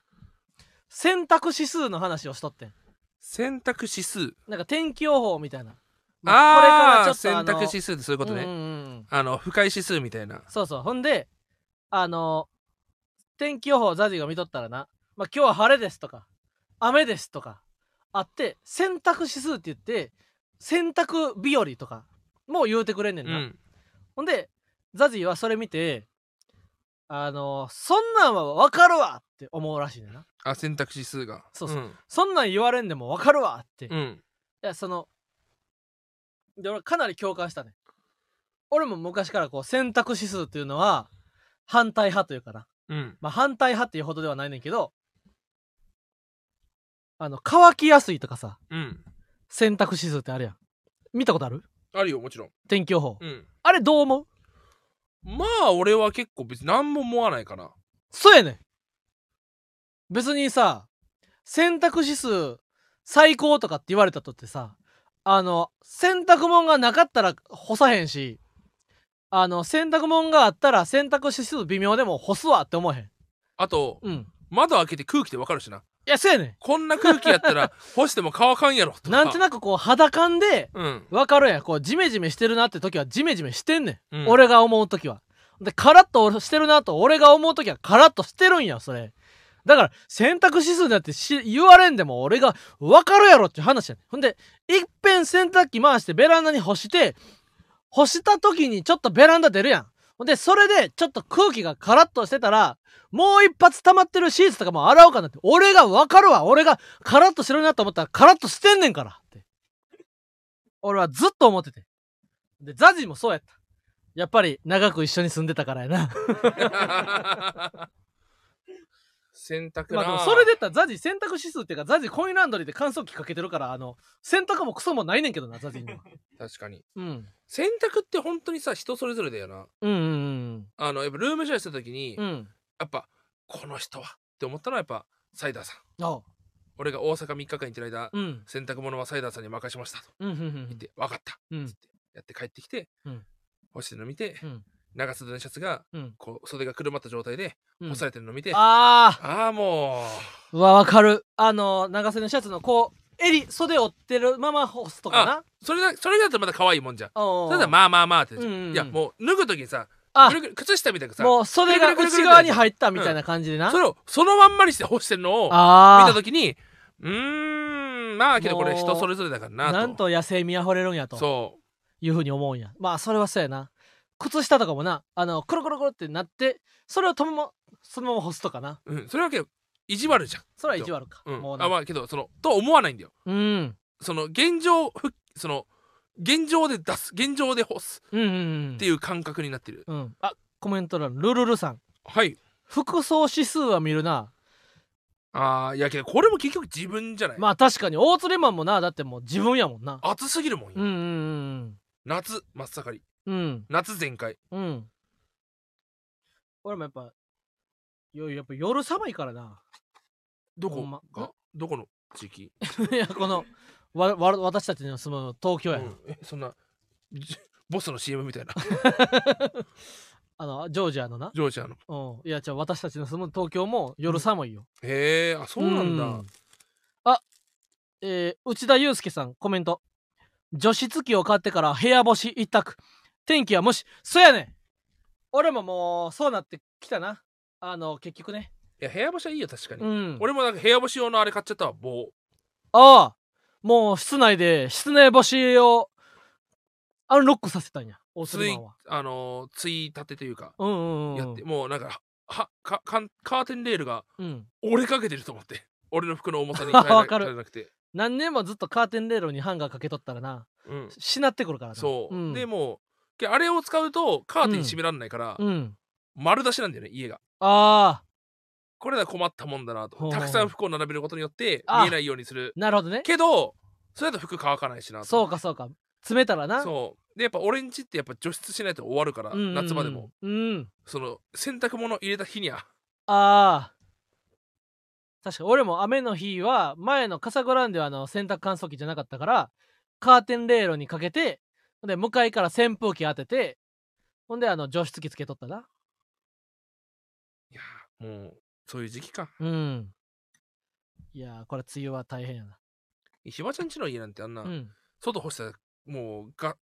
[SPEAKER 2] 選択指数の話をしとってん
[SPEAKER 1] 選択指数
[SPEAKER 2] なんか天気予報みたいな、
[SPEAKER 1] ああー
[SPEAKER 2] これから
[SPEAKER 1] 選
[SPEAKER 2] ちょっとあの
[SPEAKER 1] 択指数ってそういうことね、
[SPEAKER 2] うんうんうん
[SPEAKER 1] あの不快指数みたいな
[SPEAKER 2] そうそうほんであの天気予報ザジーが見とったらな、まあ、今日は晴れですとか雨ですとかあって洗濯指数って言って洗濯日和とかも言うてくれんねん
[SPEAKER 1] う
[SPEAKER 2] な、
[SPEAKER 1] ん
[SPEAKER 2] ほんでザジーはそれ見てあのそんなんは分かるわって思うらしいねんな
[SPEAKER 1] あ選択指数が
[SPEAKER 2] そうそ
[SPEAKER 1] うん
[SPEAKER 2] そんなん言われんでも分かるわって、
[SPEAKER 1] う
[SPEAKER 2] い
[SPEAKER 1] ん
[SPEAKER 2] やそので俺かなり共感したね俺も昔からこう選択指数っていうのは反対派というかな
[SPEAKER 1] うん。
[SPEAKER 2] まあ反対派っていうほどではないねんけどあの乾きやすいとかさ
[SPEAKER 1] うん。
[SPEAKER 2] 選択指数ってあるやん見たことある
[SPEAKER 1] あるよ、もちろん。
[SPEAKER 2] 天気予報
[SPEAKER 1] うん。
[SPEAKER 2] あれどう思う
[SPEAKER 1] まあ、俺は結構別に何も思わないかな。
[SPEAKER 2] そうやねん別にさ選択指数最高とかって言われたとってさあの洗濯物がなかったら干さへんしあの洗濯物があったら洗濯指数微妙でも干すわって思わへん
[SPEAKER 1] あと、
[SPEAKER 2] うん
[SPEAKER 1] 窓開けて空気でわかるしな。
[SPEAKER 2] いやそうやね
[SPEAKER 1] こんな空気やった ら干しても乾かんやろとか。
[SPEAKER 2] んなんとなくこう肌感で
[SPEAKER 1] うん。
[SPEAKER 2] わかるやんこうジメジメしてるなって時はジメジメしてんねん、
[SPEAKER 1] うん
[SPEAKER 2] 俺が思う時はでカラッとしてるなと俺が思う時はカラッとしてるんやそれだから選択指数だってし言われんでも俺がわかるやろっていう話やねんほんでいっぺん洗濯機回してベランダに干して干した時にちょっとベランダ出るやんほんでそれでちょっと空気がカラッとしてたらもう一発溜まってるシーツとかも洗おうかなって俺がわかるわ俺がカラッとしてるなと思ったらカラッとしてんねんからって俺はずっと思ってて。で、ザジもそうやった。やっぱり長く一緒に住んでたからやな。
[SPEAKER 1] 洗濯
[SPEAKER 2] ま
[SPEAKER 1] な。
[SPEAKER 2] あでもそれで言ったらザジ洗濯指数っていうかザジコインランドリーで乾燥機かけてるから、あの、洗濯もクソもないねんけどな、ザジ には。
[SPEAKER 1] 確かに。
[SPEAKER 2] うん。
[SPEAKER 1] 洗濯って本当にさ、人それぞれだよな。
[SPEAKER 2] うんうん
[SPEAKER 1] あの、やっぱルームシェアした時に、
[SPEAKER 2] うん。うん。
[SPEAKER 1] やっぱ、この人はって思ったのはやっぱ、サイダーさん。
[SPEAKER 2] あ
[SPEAKER 1] 俺が大阪3日間行ってる間、
[SPEAKER 2] うん。
[SPEAKER 1] 洗濯物はサイダーさんに任しましたと
[SPEAKER 2] うん。うん。
[SPEAKER 1] 言って、分かった。
[SPEAKER 2] うん。うん。
[SPEAKER 1] やって帰ってきて、
[SPEAKER 2] うん
[SPEAKER 1] 干してるの見て、
[SPEAKER 2] うん
[SPEAKER 1] 長袖のシャツが、
[SPEAKER 2] うん
[SPEAKER 1] こう袖がくるまった状態で
[SPEAKER 2] うん
[SPEAKER 1] 干されてるの見て、あ
[SPEAKER 2] あ
[SPEAKER 1] あも
[SPEAKER 2] ー、うわ、わかる。あの、長袖のシャツのこう、襟、袖折ってるまま干すとかな。
[SPEAKER 1] うそれだそれだとまた可愛いもんじゃん。
[SPEAKER 2] そ
[SPEAKER 1] それだとまあまあまあって、
[SPEAKER 2] うんうんうん
[SPEAKER 1] いやもう脱ぐ時にさ
[SPEAKER 2] あ
[SPEAKER 1] ぐるぐる靴下みたいなさ
[SPEAKER 2] もう袖が内側に入ったみたいな感じでな。
[SPEAKER 1] それをそのまんまにして干してるのを見
[SPEAKER 2] あ
[SPEAKER 1] た
[SPEAKER 2] ー
[SPEAKER 1] 時にうーんまあけどこれ人それぞれだからなと
[SPEAKER 2] なんと野生見あふれるんやと。
[SPEAKER 1] そ
[SPEAKER 2] いうふうに思うんやまあそれはそうやな靴下とかもなあのコロコロコロってなってそれをともそのまま干すとかな
[SPEAKER 1] う、うん、それはけど意地悪じゃ
[SPEAKER 2] それは意地悪か、
[SPEAKER 1] ん、うん、
[SPEAKER 2] もうな
[SPEAKER 1] あまあけどそのと思わないんだよ
[SPEAKER 2] うん、うん
[SPEAKER 1] その現状復その現状で出す現状で干す
[SPEAKER 2] うんうん
[SPEAKER 1] っていう感覚になってる。
[SPEAKER 2] うんあコメント欄ルルルさん
[SPEAKER 1] はい。
[SPEAKER 2] 服装指数は見るな
[SPEAKER 1] ああ、いやけど、これも結局自分じゃない。
[SPEAKER 2] まあ確かに大釣りマンもなだってもう自分やもんな
[SPEAKER 1] 暑すぎるもんよ、
[SPEAKER 2] うんうん
[SPEAKER 1] 夏、真っ盛り。
[SPEAKER 2] うんうん
[SPEAKER 1] 夏全開。
[SPEAKER 2] うんうん俺もやっぱよやっぱ夜寒いからな
[SPEAKER 1] ど
[SPEAKER 2] ほ
[SPEAKER 1] こ
[SPEAKER 2] んま
[SPEAKER 1] が、どこの地域、
[SPEAKER 2] いやこのわわ私たちの住む東京や、
[SPEAKER 1] うんえそんな、じボスの CM みたいな。
[SPEAKER 2] あのジョージアのな
[SPEAKER 1] ジョージアの。
[SPEAKER 2] うん、いやじゃあ私たちの住む東京も夜寒いよ、
[SPEAKER 1] へえ、あ、そうなんだ。
[SPEAKER 2] あえー内田祐介さんコメント除湿機を買ってから部屋干し一択天気は無視そやねん俺ももうそうなってきたなあの結局ね
[SPEAKER 1] いや、部屋干しはいいよ、確かに。
[SPEAKER 2] うん
[SPEAKER 1] 俺もなんか部屋干し用のあれ買っちゃったわ、棒。
[SPEAKER 2] ああもう室内で室内干しをアンロックさせたんやオース
[SPEAKER 1] つい
[SPEAKER 2] マンは、
[SPEAKER 1] あのー、ついたてというか、
[SPEAKER 2] うんうんうん
[SPEAKER 1] やって、もうなんか、は、か、かんカーテンレールが
[SPEAKER 2] うん
[SPEAKER 1] 折れかけてると思って。 俺の服の重さに耐えら
[SPEAKER 2] わかる
[SPEAKER 1] 耐えれなくて。
[SPEAKER 2] 何年もずっとカーテンレールにハンガーかけとったらな
[SPEAKER 1] うん。
[SPEAKER 2] しなってくるからな
[SPEAKER 1] そう、
[SPEAKER 2] ん、
[SPEAKER 1] でもうけあれを使うとカーテン閉めらんないから、
[SPEAKER 2] うん
[SPEAKER 1] 丸出しなんだよね家が
[SPEAKER 2] ああ
[SPEAKER 1] これは困ったもんだなと
[SPEAKER 2] ほう
[SPEAKER 1] たくさん服を並べることによって
[SPEAKER 2] あ
[SPEAKER 1] 見えないようにする
[SPEAKER 2] なるほどね
[SPEAKER 1] けどそれだと服乾かないしなと
[SPEAKER 2] そうかそうか詰めたらな
[SPEAKER 1] そうでやっぱ俺んちってやっぱ除湿しないと終わるから、
[SPEAKER 2] うんうんうん
[SPEAKER 1] 夏場でも
[SPEAKER 2] うん
[SPEAKER 1] その洗濯物入れた日には
[SPEAKER 2] ああ確か俺も雨の日は前のカサゴランではあの洗濯乾燥機じゃなかったからカーテンレールにかけてほんで向かいから扇風機当ててほんであの除湿機つけとったない
[SPEAKER 1] やーもうそういう時期か
[SPEAKER 2] うんいやーこれ梅雨は大変やな
[SPEAKER 1] ひばちゃんちの家なんてあんな、
[SPEAKER 2] うん
[SPEAKER 1] 外干したらもうが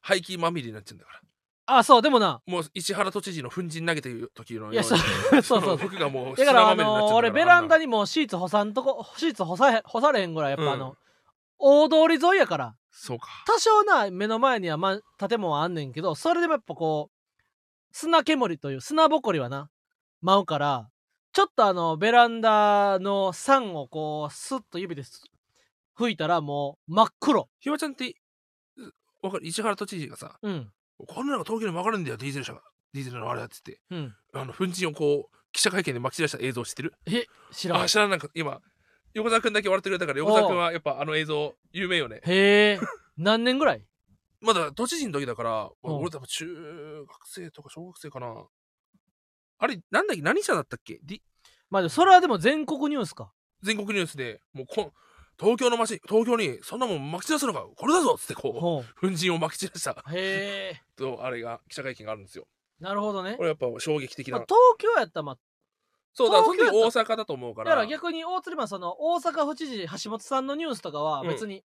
[SPEAKER 1] 廃棄まみれになっちゃうんだから
[SPEAKER 2] あそうでもな
[SPEAKER 1] もう石原都知事の粉塵投げてる時のように
[SPEAKER 2] い やそうそう
[SPEAKER 1] の
[SPEAKER 2] そう
[SPEAKER 1] 服がもう
[SPEAKER 2] だから
[SPEAKER 1] 砂ま
[SPEAKER 2] あ
[SPEAKER 1] みれになっちゃうん
[SPEAKER 2] の
[SPEAKER 1] だから
[SPEAKER 2] 俺ベランダ
[SPEAKER 1] に
[SPEAKER 2] にもうシーツ干さんとこシーツ干さへ干されへんぐらいやっぱあの、
[SPEAKER 1] うん
[SPEAKER 2] 大通り沿いやから
[SPEAKER 1] そうか
[SPEAKER 2] 多少な目の前には、ま、建物はあんねんけどそれでもやっぱこう砂煙という砂ぼこりはな舞うからちょっとあのベランダの酸をこうスッと指です拭いたらもう真っ黒
[SPEAKER 1] ひわちゃんってうわかる石原都知事がさ
[SPEAKER 2] うん
[SPEAKER 1] こんなのが東京にも分かるんだよディーゼル車がディーゼルのあれだっつって
[SPEAKER 2] うん
[SPEAKER 1] あの粉塵をこう記者会見でまき散らした映像知ってる
[SPEAKER 2] え知らん
[SPEAKER 1] あ知らんなんか今横澤君だけ笑ってくれたから横澤君はやっぱあの映像有名よね
[SPEAKER 2] へえ何年ぐらい
[SPEAKER 1] まだ都知事の時だから
[SPEAKER 2] うん
[SPEAKER 1] 俺多分中学生とか小学生かなあれなんだっけ何社だったっけディ
[SPEAKER 2] まあでもそれはでも全国ニュースか
[SPEAKER 1] 全国ニュースでもうこ東京の街東京にそんなもんまき散らすのがこれだぞっつってこ
[SPEAKER 2] ほ
[SPEAKER 1] う粉塵をまき散ら した
[SPEAKER 2] うへえ
[SPEAKER 1] とあれが記者会見があるんですよ
[SPEAKER 2] なるほどね
[SPEAKER 1] こ、れやっぱ衝撃的
[SPEAKER 2] まあ、
[SPEAKER 1] な
[SPEAKER 2] 東京やったらまあ
[SPEAKER 1] そうだそ
[SPEAKER 2] 東京
[SPEAKER 1] の
[SPEAKER 2] やった
[SPEAKER 1] 時大阪だと思うか
[SPEAKER 2] だからら逆に大鶴マンその大阪府知事橋本さんのニュースとかは
[SPEAKER 1] うん
[SPEAKER 2] 別に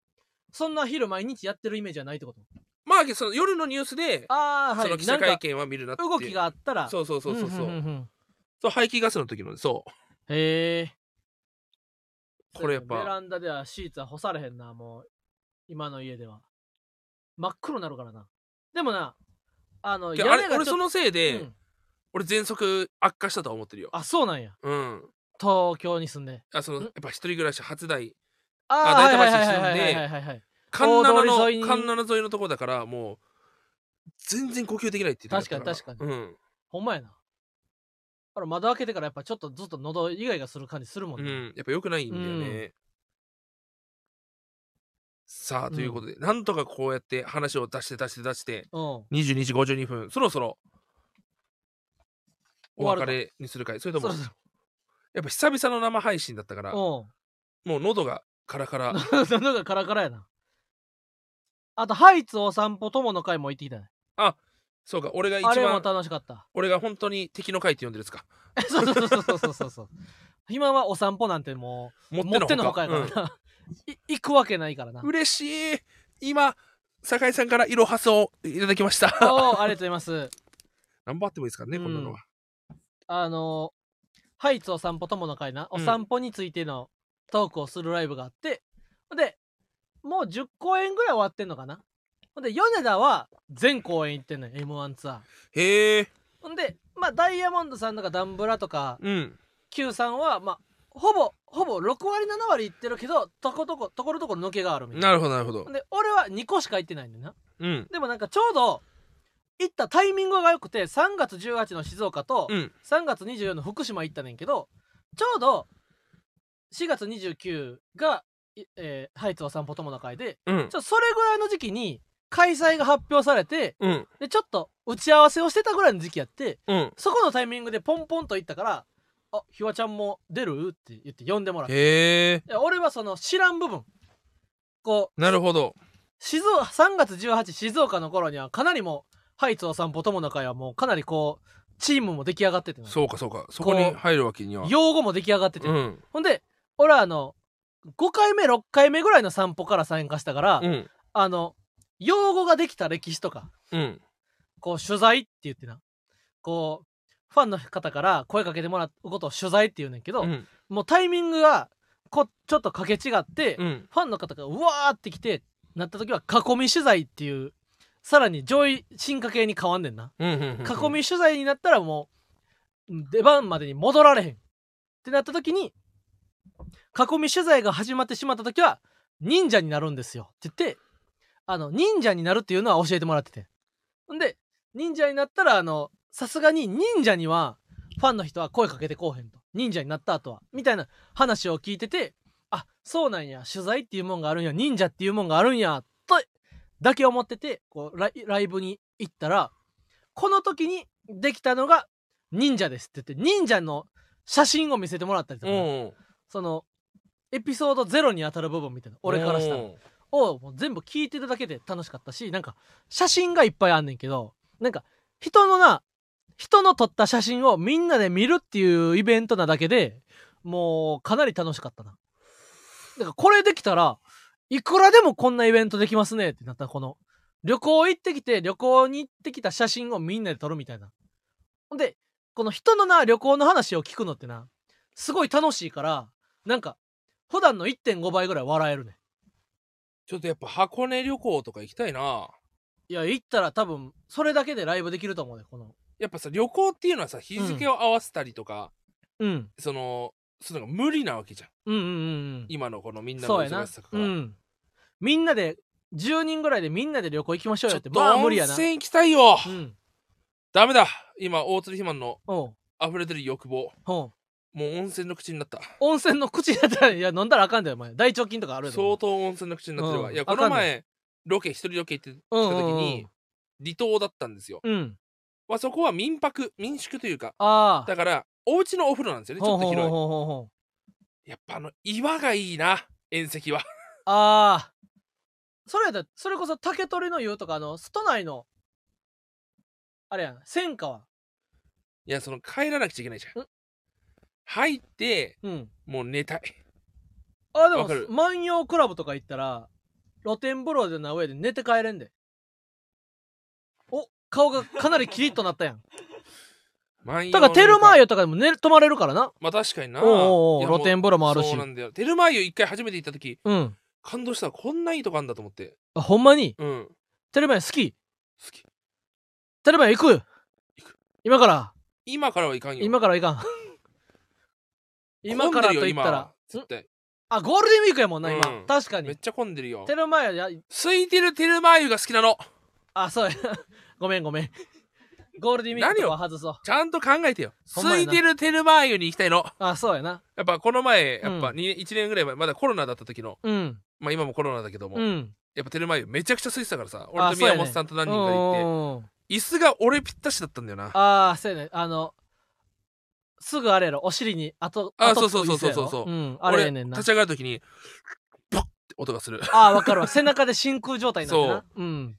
[SPEAKER 2] そんな昼毎日やってるイメージはないってこと、
[SPEAKER 1] まあその夜のニュースで
[SPEAKER 2] ああは
[SPEAKER 1] その
[SPEAKER 2] い
[SPEAKER 1] 記
[SPEAKER 2] な
[SPEAKER 1] 者
[SPEAKER 2] ん
[SPEAKER 1] 会
[SPEAKER 2] か
[SPEAKER 1] 見は見るなっていう
[SPEAKER 2] 動きがあったら
[SPEAKER 1] そうそうそうそうそう,、
[SPEAKER 2] んんんん
[SPEAKER 1] そう排気ガスの時のそう
[SPEAKER 2] へえ
[SPEAKER 1] これやっ
[SPEAKER 2] ベ
[SPEAKER 1] ぱ
[SPEAKER 2] ランダではシーツは干されへんなもう今の家では真っ黒になるからなでもなあの
[SPEAKER 1] いや
[SPEAKER 2] 屋
[SPEAKER 1] あ
[SPEAKER 2] 根
[SPEAKER 1] れ
[SPEAKER 2] がちょっ
[SPEAKER 1] 俺
[SPEAKER 2] と
[SPEAKER 1] そのせいで、
[SPEAKER 2] うん
[SPEAKER 1] 俺喘息悪化したとは思ってるよ
[SPEAKER 2] あそうなんや
[SPEAKER 1] うん
[SPEAKER 2] 東京に住んで
[SPEAKER 1] あその
[SPEAKER 2] ん
[SPEAKER 1] やっぱ一人暮らし初代
[SPEAKER 2] あ
[SPEAKER 1] 大
[SPEAKER 2] ー
[SPEAKER 1] 手
[SPEAKER 2] はい
[SPEAKER 1] 町に
[SPEAKER 2] はい
[SPEAKER 1] 住んで
[SPEAKER 2] はいはいはいはい
[SPEAKER 1] 環七の
[SPEAKER 2] 大通り沿いに
[SPEAKER 1] 環七沿いのとこだからもう全然呼吸できないって言ってた
[SPEAKER 2] 確かに確か
[SPEAKER 1] にうん
[SPEAKER 2] ほんまやなあれ窓開けてからやっぱちょっとずっと喉以外がする感じするも
[SPEAKER 1] うん
[SPEAKER 2] ね、
[SPEAKER 1] ん、やっぱ良くないんだよね。さあということで、なんとかこうやって話を出して出して出して
[SPEAKER 2] うん、
[SPEAKER 1] 22時52分そろそろお
[SPEAKER 2] 終
[SPEAKER 1] 別
[SPEAKER 2] わるか
[SPEAKER 1] れにするかいそれと
[SPEAKER 2] そ
[SPEAKER 1] も
[SPEAKER 2] ろそ
[SPEAKER 1] やっぱ久々の生配信だったからも
[SPEAKER 2] ろうん
[SPEAKER 1] う 喉がカラカラ
[SPEAKER 2] 喉がカラカラやな。あと、ハイツお散歩友の会も行ってきたね。
[SPEAKER 1] そうか俺が一
[SPEAKER 2] あれも
[SPEAKER 1] 番
[SPEAKER 2] 楽しかった。
[SPEAKER 1] 俺が本当に敵の回って呼んでるやつか
[SPEAKER 2] そうそうそうそうそうそうそう。今はお散歩なんても
[SPEAKER 1] 持
[SPEAKER 2] う、
[SPEAKER 1] って
[SPEAKER 2] 持
[SPEAKER 1] の
[SPEAKER 2] っての
[SPEAKER 1] ほ
[SPEAKER 2] ほ
[SPEAKER 1] か
[SPEAKER 2] かやから
[SPEAKER 1] うん
[SPEAKER 2] な。い行くわけないからな。お
[SPEAKER 1] 嬉しい今酒井さんから色はすをいただきました
[SPEAKER 2] ーありがとうございます。
[SPEAKER 1] 頑張ってもいいですからね、こんなのは
[SPEAKER 2] あのハイツお散歩友の会な、お散歩についてのトークをするライブがあって、で、もう10公演ぐらい終わってんのかな。ほんで、米田は全公演行ってんのよ、M1 ツアー。
[SPEAKER 1] へえ
[SPEAKER 2] ほんで、まあ、ダイヤモンドさんとかダンブラとか、
[SPEAKER 1] うん
[SPEAKER 2] 九さんはまあほぼほぼ6割7割いってるけどとことこところどころ抜けがあるみたいな
[SPEAKER 1] なるほどなるほど
[SPEAKER 2] で俺は2個しか行ってないんだよな
[SPEAKER 1] うん
[SPEAKER 2] でもなんかちょうど行ったタイミングが良くて3月18の静岡と
[SPEAKER 1] うん
[SPEAKER 2] 3月24の福島行ったねんけどちょうど4月29が、いえーハイツお散歩友の会で
[SPEAKER 1] うん
[SPEAKER 2] ちょそれぐらいの時期に開催が発表されて
[SPEAKER 1] うん
[SPEAKER 2] でちょっと打ち合わせをしてたぐらいの時期やって
[SPEAKER 1] うん
[SPEAKER 2] そこのタイミングでポンポンと言ったから「あひわちゃんも出る?」って言って呼んでもらって
[SPEAKER 1] へえ
[SPEAKER 2] いや俺はその知らん部分こう
[SPEAKER 1] なるほど
[SPEAKER 2] 静岡3月18静岡の頃にはかなりもうハイツお散歩友の会はもうかなりこうチームも出来上がっててな
[SPEAKER 1] そうかそうかそこに入るわけには
[SPEAKER 2] 用語も出来上がってて、
[SPEAKER 1] うん
[SPEAKER 2] ほんで俺はあの5回目6回目ぐらいの散歩から参加したから、
[SPEAKER 1] うん
[SPEAKER 2] あの用語ができた歴史とか
[SPEAKER 1] うん
[SPEAKER 2] こう取材って言ってなこうファンの方から声かけてもらうことを取材って言うねんけど、
[SPEAKER 1] うん
[SPEAKER 2] もうタイミングがこちょっとかけ違って、
[SPEAKER 1] うん
[SPEAKER 2] ファンの方がうわーって来てなった時は囲み取材っていうさらに上位進化系に変わんねんな、
[SPEAKER 1] うんうん
[SPEAKER 2] 囲み取材になったらもう出番までに戻られへんってなった時に囲み取材が始まってしまった時は忍者になるんですよって言ってあの忍者になるっていうのは教えてもらっててほんで忍者になったらあのさすがに忍者にはファンの人は声かけてこうへんと忍者になった後はみたいな話を聞いててあそうなんや取材っていうもんがあるんや忍者っていうもんがあるんやとだけ思っててこうライライブに行ったらこの時にできたのが忍者ですって言って忍者の写真を見せてもらったりと
[SPEAKER 1] う
[SPEAKER 2] か、
[SPEAKER 1] ん
[SPEAKER 2] そのエピソードゼロに当たる部分みたいな俺からしたら
[SPEAKER 1] うん
[SPEAKER 2] をもう全部聞いてただけで楽しかったしなんか写真がいっぱいあんねんけどなんか人のな人の撮った写真をみんなで見るっていうイベントなだけでもうかなり楽しかったなだからこれできたらいくらでもこんなイベントできますねってなったこの旅行行ってきて旅行に行ってきた写真をみんなで撮るみたいなほんでこの人のな旅行の話を聞くのってなすごい楽しいからなんか普段の1.5倍ぐらい笑えるね
[SPEAKER 1] ちょっとやっぱ箱根旅行とか行きたいない
[SPEAKER 2] や、行ったら多分、それだけでライブできると思うね、この。
[SPEAKER 1] やっぱさ旅行っていうのはさ日付を合わせたりとか
[SPEAKER 2] うん。
[SPEAKER 1] そのするのが無理なわけじゃん
[SPEAKER 2] うんうんうんうん。
[SPEAKER 1] 今のこのみんな
[SPEAKER 2] そ
[SPEAKER 1] の
[SPEAKER 2] うやな
[SPEAKER 1] 忙しさ。か
[SPEAKER 2] う
[SPEAKER 1] ら
[SPEAKER 2] ん。みんなで10人ぐらいでみんなで旅行行きましょう
[SPEAKER 1] ちょ
[SPEAKER 2] よ
[SPEAKER 1] っ
[SPEAKER 2] って
[SPEAKER 1] と
[SPEAKER 2] もう無理や
[SPEAKER 1] 温
[SPEAKER 2] な
[SPEAKER 1] 泉行きたいよ、
[SPEAKER 2] うん
[SPEAKER 1] ダメだ今大鶴ひまんの
[SPEAKER 2] おう
[SPEAKER 1] 溢れてる欲望
[SPEAKER 2] おう
[SPEAKER 1] もう温泉の口になった
[SPEAKER 2] 温泉の口になったらいや飲んだらあかんだよお前大腸菌とかあるよ
[SPEAKER 1] 相当温泉の口になってるわ、
[SPEAKER 2] うん
[SPEAKER 1] いやこ
[SPEAKER 2] あ
[SPEAKER 1] の
[SPEAKER 2] かん
[SPEAKER 1] 前ロケ一人ロケ行ってきた
[SPEAKER 2] うんうん
[SPEAKER 1] 時
[SPEAKER 2] うん
[SPEAKER 1] に離島だったんですよ、
[SPEAKER 2] うん
[SPEAKER 1] まあ、そこは民泊民宿というか
[SPEAKER 2] ああ
[SPEAKER 1] だからお家のお風呂なんですよねち
[SPEAKER 2] ほ
[SPEAKER 1] ょ
[SPEAKER 2] う
[SPEAKER 1] っと
[SPEAKER 2] ほうほう
[SPEAKER 1] 広
[SPEAKER 2] ほうほう
[SPEAKER 1] いやっぱあの岩がいいな縁石は
[SPEAKER 2] ああそれだそれこそ竹取の湯とかあの都内のあれやん千川
[SPEAKER 1] いやその帰らなくちゃいけないじゃん
[SPEAKER 2] ん
[SPEAKER 1] 入って
[SPEAKER 2] うん
[SPEAKER 1] もう寝たい
[SPEAKER 2] あで
[SPEAKER 1] わ
[SPEAKER 2] も
[SPEAKER 1] かる
[SPEAKER 2] 万葉クラブとか行ったら露天風呂でな上で寝て帰れんでお顔がかなりキリッとなった やん
[SPEAKER 1] 万葉
[SPEAKER 2] だからテルマ
[SPEAKER 1] よ
[SPEAKER 2] ー湯とかでも寝る泊まれるからな
[SPEAKER 1] まあ確かにな
[SPEAKER 2] おうおうおう
[SPEAKER 1] いやもう
[SPEAKER 2] 露天風呂もある
[SPEAKER 1] そ
[SPEAKER 2] し
[SPEAKER 1] うなんだよテルマー湯一回初めて行った時
[SPEAKER 2] うん
[SPEAKER 1] 感動したこんないいとこあんだと思って
[SPEAKER 2] あほんまに
[SPEAKER 1] うん
[SPEAKER 2] テルマ湯好き
[SPEAKER 1] 好き
[SPEAKER 2] テルマ湯行く
[SPEAKER 1] 行く
[SPEAKER 2] 今から
[SPEAKER 1] 今からはいかんよ
[SPEAKER 2] 今からはいかん今からと言ったら
[SPEAKER 1] 混んでるよ今絶対
[SPEAKER 2] あゴールデンウィークやもんな今、
[SPEAKER 1] うん
[SPEAKER 2] 確か
[SPEAKER 1] めっ
[SPEAKER 2] に
[SPEAKER 1] ちゃ混んでるよ
[SPEAKER 2] テルマ湯や
[SPEAKER 1] 空いてるテルマー湯が好きなの
[SPEAKER 2] あそうや ごめんごめんゴールデンウィークとかは外そう
[SPEAKER 1] ちゃんと考えてよ
[SPEAKER 2] ほんま
[SPEAKER 1] 空
[SPEAKER 2] やない
[SPEAKER 1] てるテルマー湯に行きたいの
[SPEAKER 2] あそうやな
[SPEAKER 1] やっぱこの前やっぱ
[SPEAKER 2] う
[SPEAKER 1] 1年ぐらい前まだコロナだった時の
[SPEAKER 2] うん
[SPEAKER 1] まあ今もコロナだけども、
[SPEAKER 2] うん
[SPEAKER 1] やっぱテルマー湯めちゃくちゃ空いてたからさ
[SPEAKER 2] あ
[SPEAKER 1] 俺と
[SPEAKER 2] そうや
[SPEAKER 1] 宮
[SPEAKER 2] ね
[SPEAKER 1] 本さんと何人かで行って、
[SPEAKER 2] 行って
[SPEAKER 1] 椅子が俺ぴったしだったんだよな
[SPEAKER 2] ああそうやねあのすぐあれやろお尻にあと
[SPEAKER 1] あ
[SPEAKER 2] 後
[SPEAKER 1] そうそうそう
[SPEAKER 2] つく椅子やろ
[SPEAKER 1] そうそうそうん
[SPEAKER 2] あれやねん
[SPEAKER 1] 俺
[SPEAKER 2] な
[SPEAKER 1] 立ち上がる時にポッって音がす る
[SPEAKER 2] ああわかるわ背中で真空状態になってなうん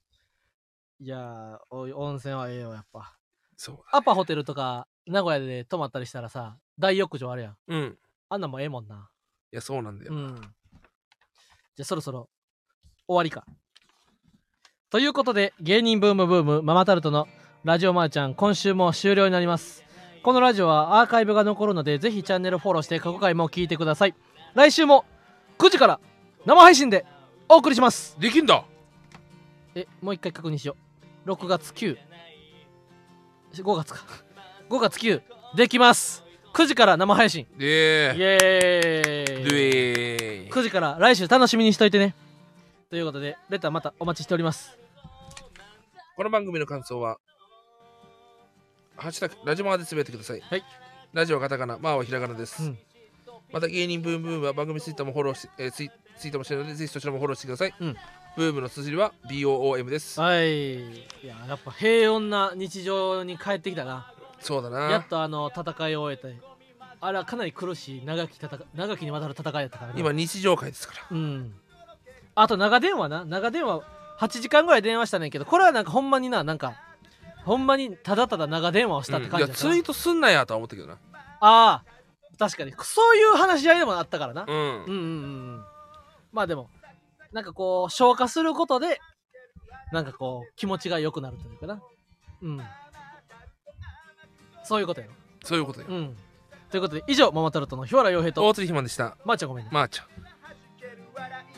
[SPEAKER 2] いやーおい温泉はええよやっぱ
[SPEAKER 1] そう
[SPEAKER 2] アパホテルとか名古屋で泊まったりしたらさ大浴場あるやん
[SPEAKER 1] うん
[SPEAKER 2] あんなんもええもんない
[SPEAKER 1] やそうなんだよ、
[SPEAKER 2] うんじゃあそろそろ終わりかということで芸人ブームブームママタルトのラジオマーちゃん今週も終了になりますこのラジオはアーカイブが残るのでぜひチャンネルフォローして過去回も聞いてください来週も9時から生配信でお送りします
[SPEAKER 1] できんだ
[SPEAKER 2] えもう一回確認しよう6月95月か5月9できます9時から生配信
[SPEAKER 1] で
[SPEAKER 2] イエ
[SPEAKER 1] で
[SPEAKER 2] ーイ9時から来週楽しみにしといてねということでレターまたお待ちしております
[SPEAKER 1] この番組の感想は「ハッシュタグラジマー」でつぶやいてください、
[SPEAKER 2] はい
[SPEAKER 1] ラジオはカタカナマーはひらがなです、
[SPEAKER 2] うん
[SPEAKER 1] また芸人ブームブームは番組ツイッターもフォローし、えーツイツイートもしてるのでぜひそちらもフォローしてください、
[SPEAKER 2] うん
[SPEAKER 1] ブームの綴りは BOOM です
[SPEAKER 2] はいいややっぱ平穏な日常に帰ってきたな
[SPEAKER 1] そうだ
[SPEAKER 2] や
[SPEAKER 1] な
[SPEAKER 2] っとあの戦いを終えてあらかなり苦しい長き戦い長きにわたる戦いだったからね
[SPEAKER 1] 今日常会ですから
[SPEAKER 2] うんあと長電話な長電話8時間ぐらい電話したねんけどこれはなんかほんまにななんかほんまにただただ長電話をしたって
[SPEAKER 1] うん
[SPEAKER 2] 感
[SPEAKER 1] いや
[SPEAKER 2] じだった
[SPEAKER 1] ツ
[SPEAKER 2] な、
[SPEAKER 1] イートすんなやとは思ったけどな
[SPEAKER 2] ああ確かにそういう話し合いでもあったからな、
[SPEAKER 1] うん、
[SPEAKER 2] うん、うんうんうんまあでもなんかこう消化することでなんかこう気持ちが良くなるというかなうんそういうことよ
[SPEAKER 1] そういうことよ、
[SPEAKER 2] うんということで以上ママタルトの日原洋平と
[SPEAKER 1] 大鶴ひまんでした
[SPEAKER 2] まー、ちゃんごめんね
[SPEAKER 1] まー、ちゃん
[SPEAKER 3] はじける笑い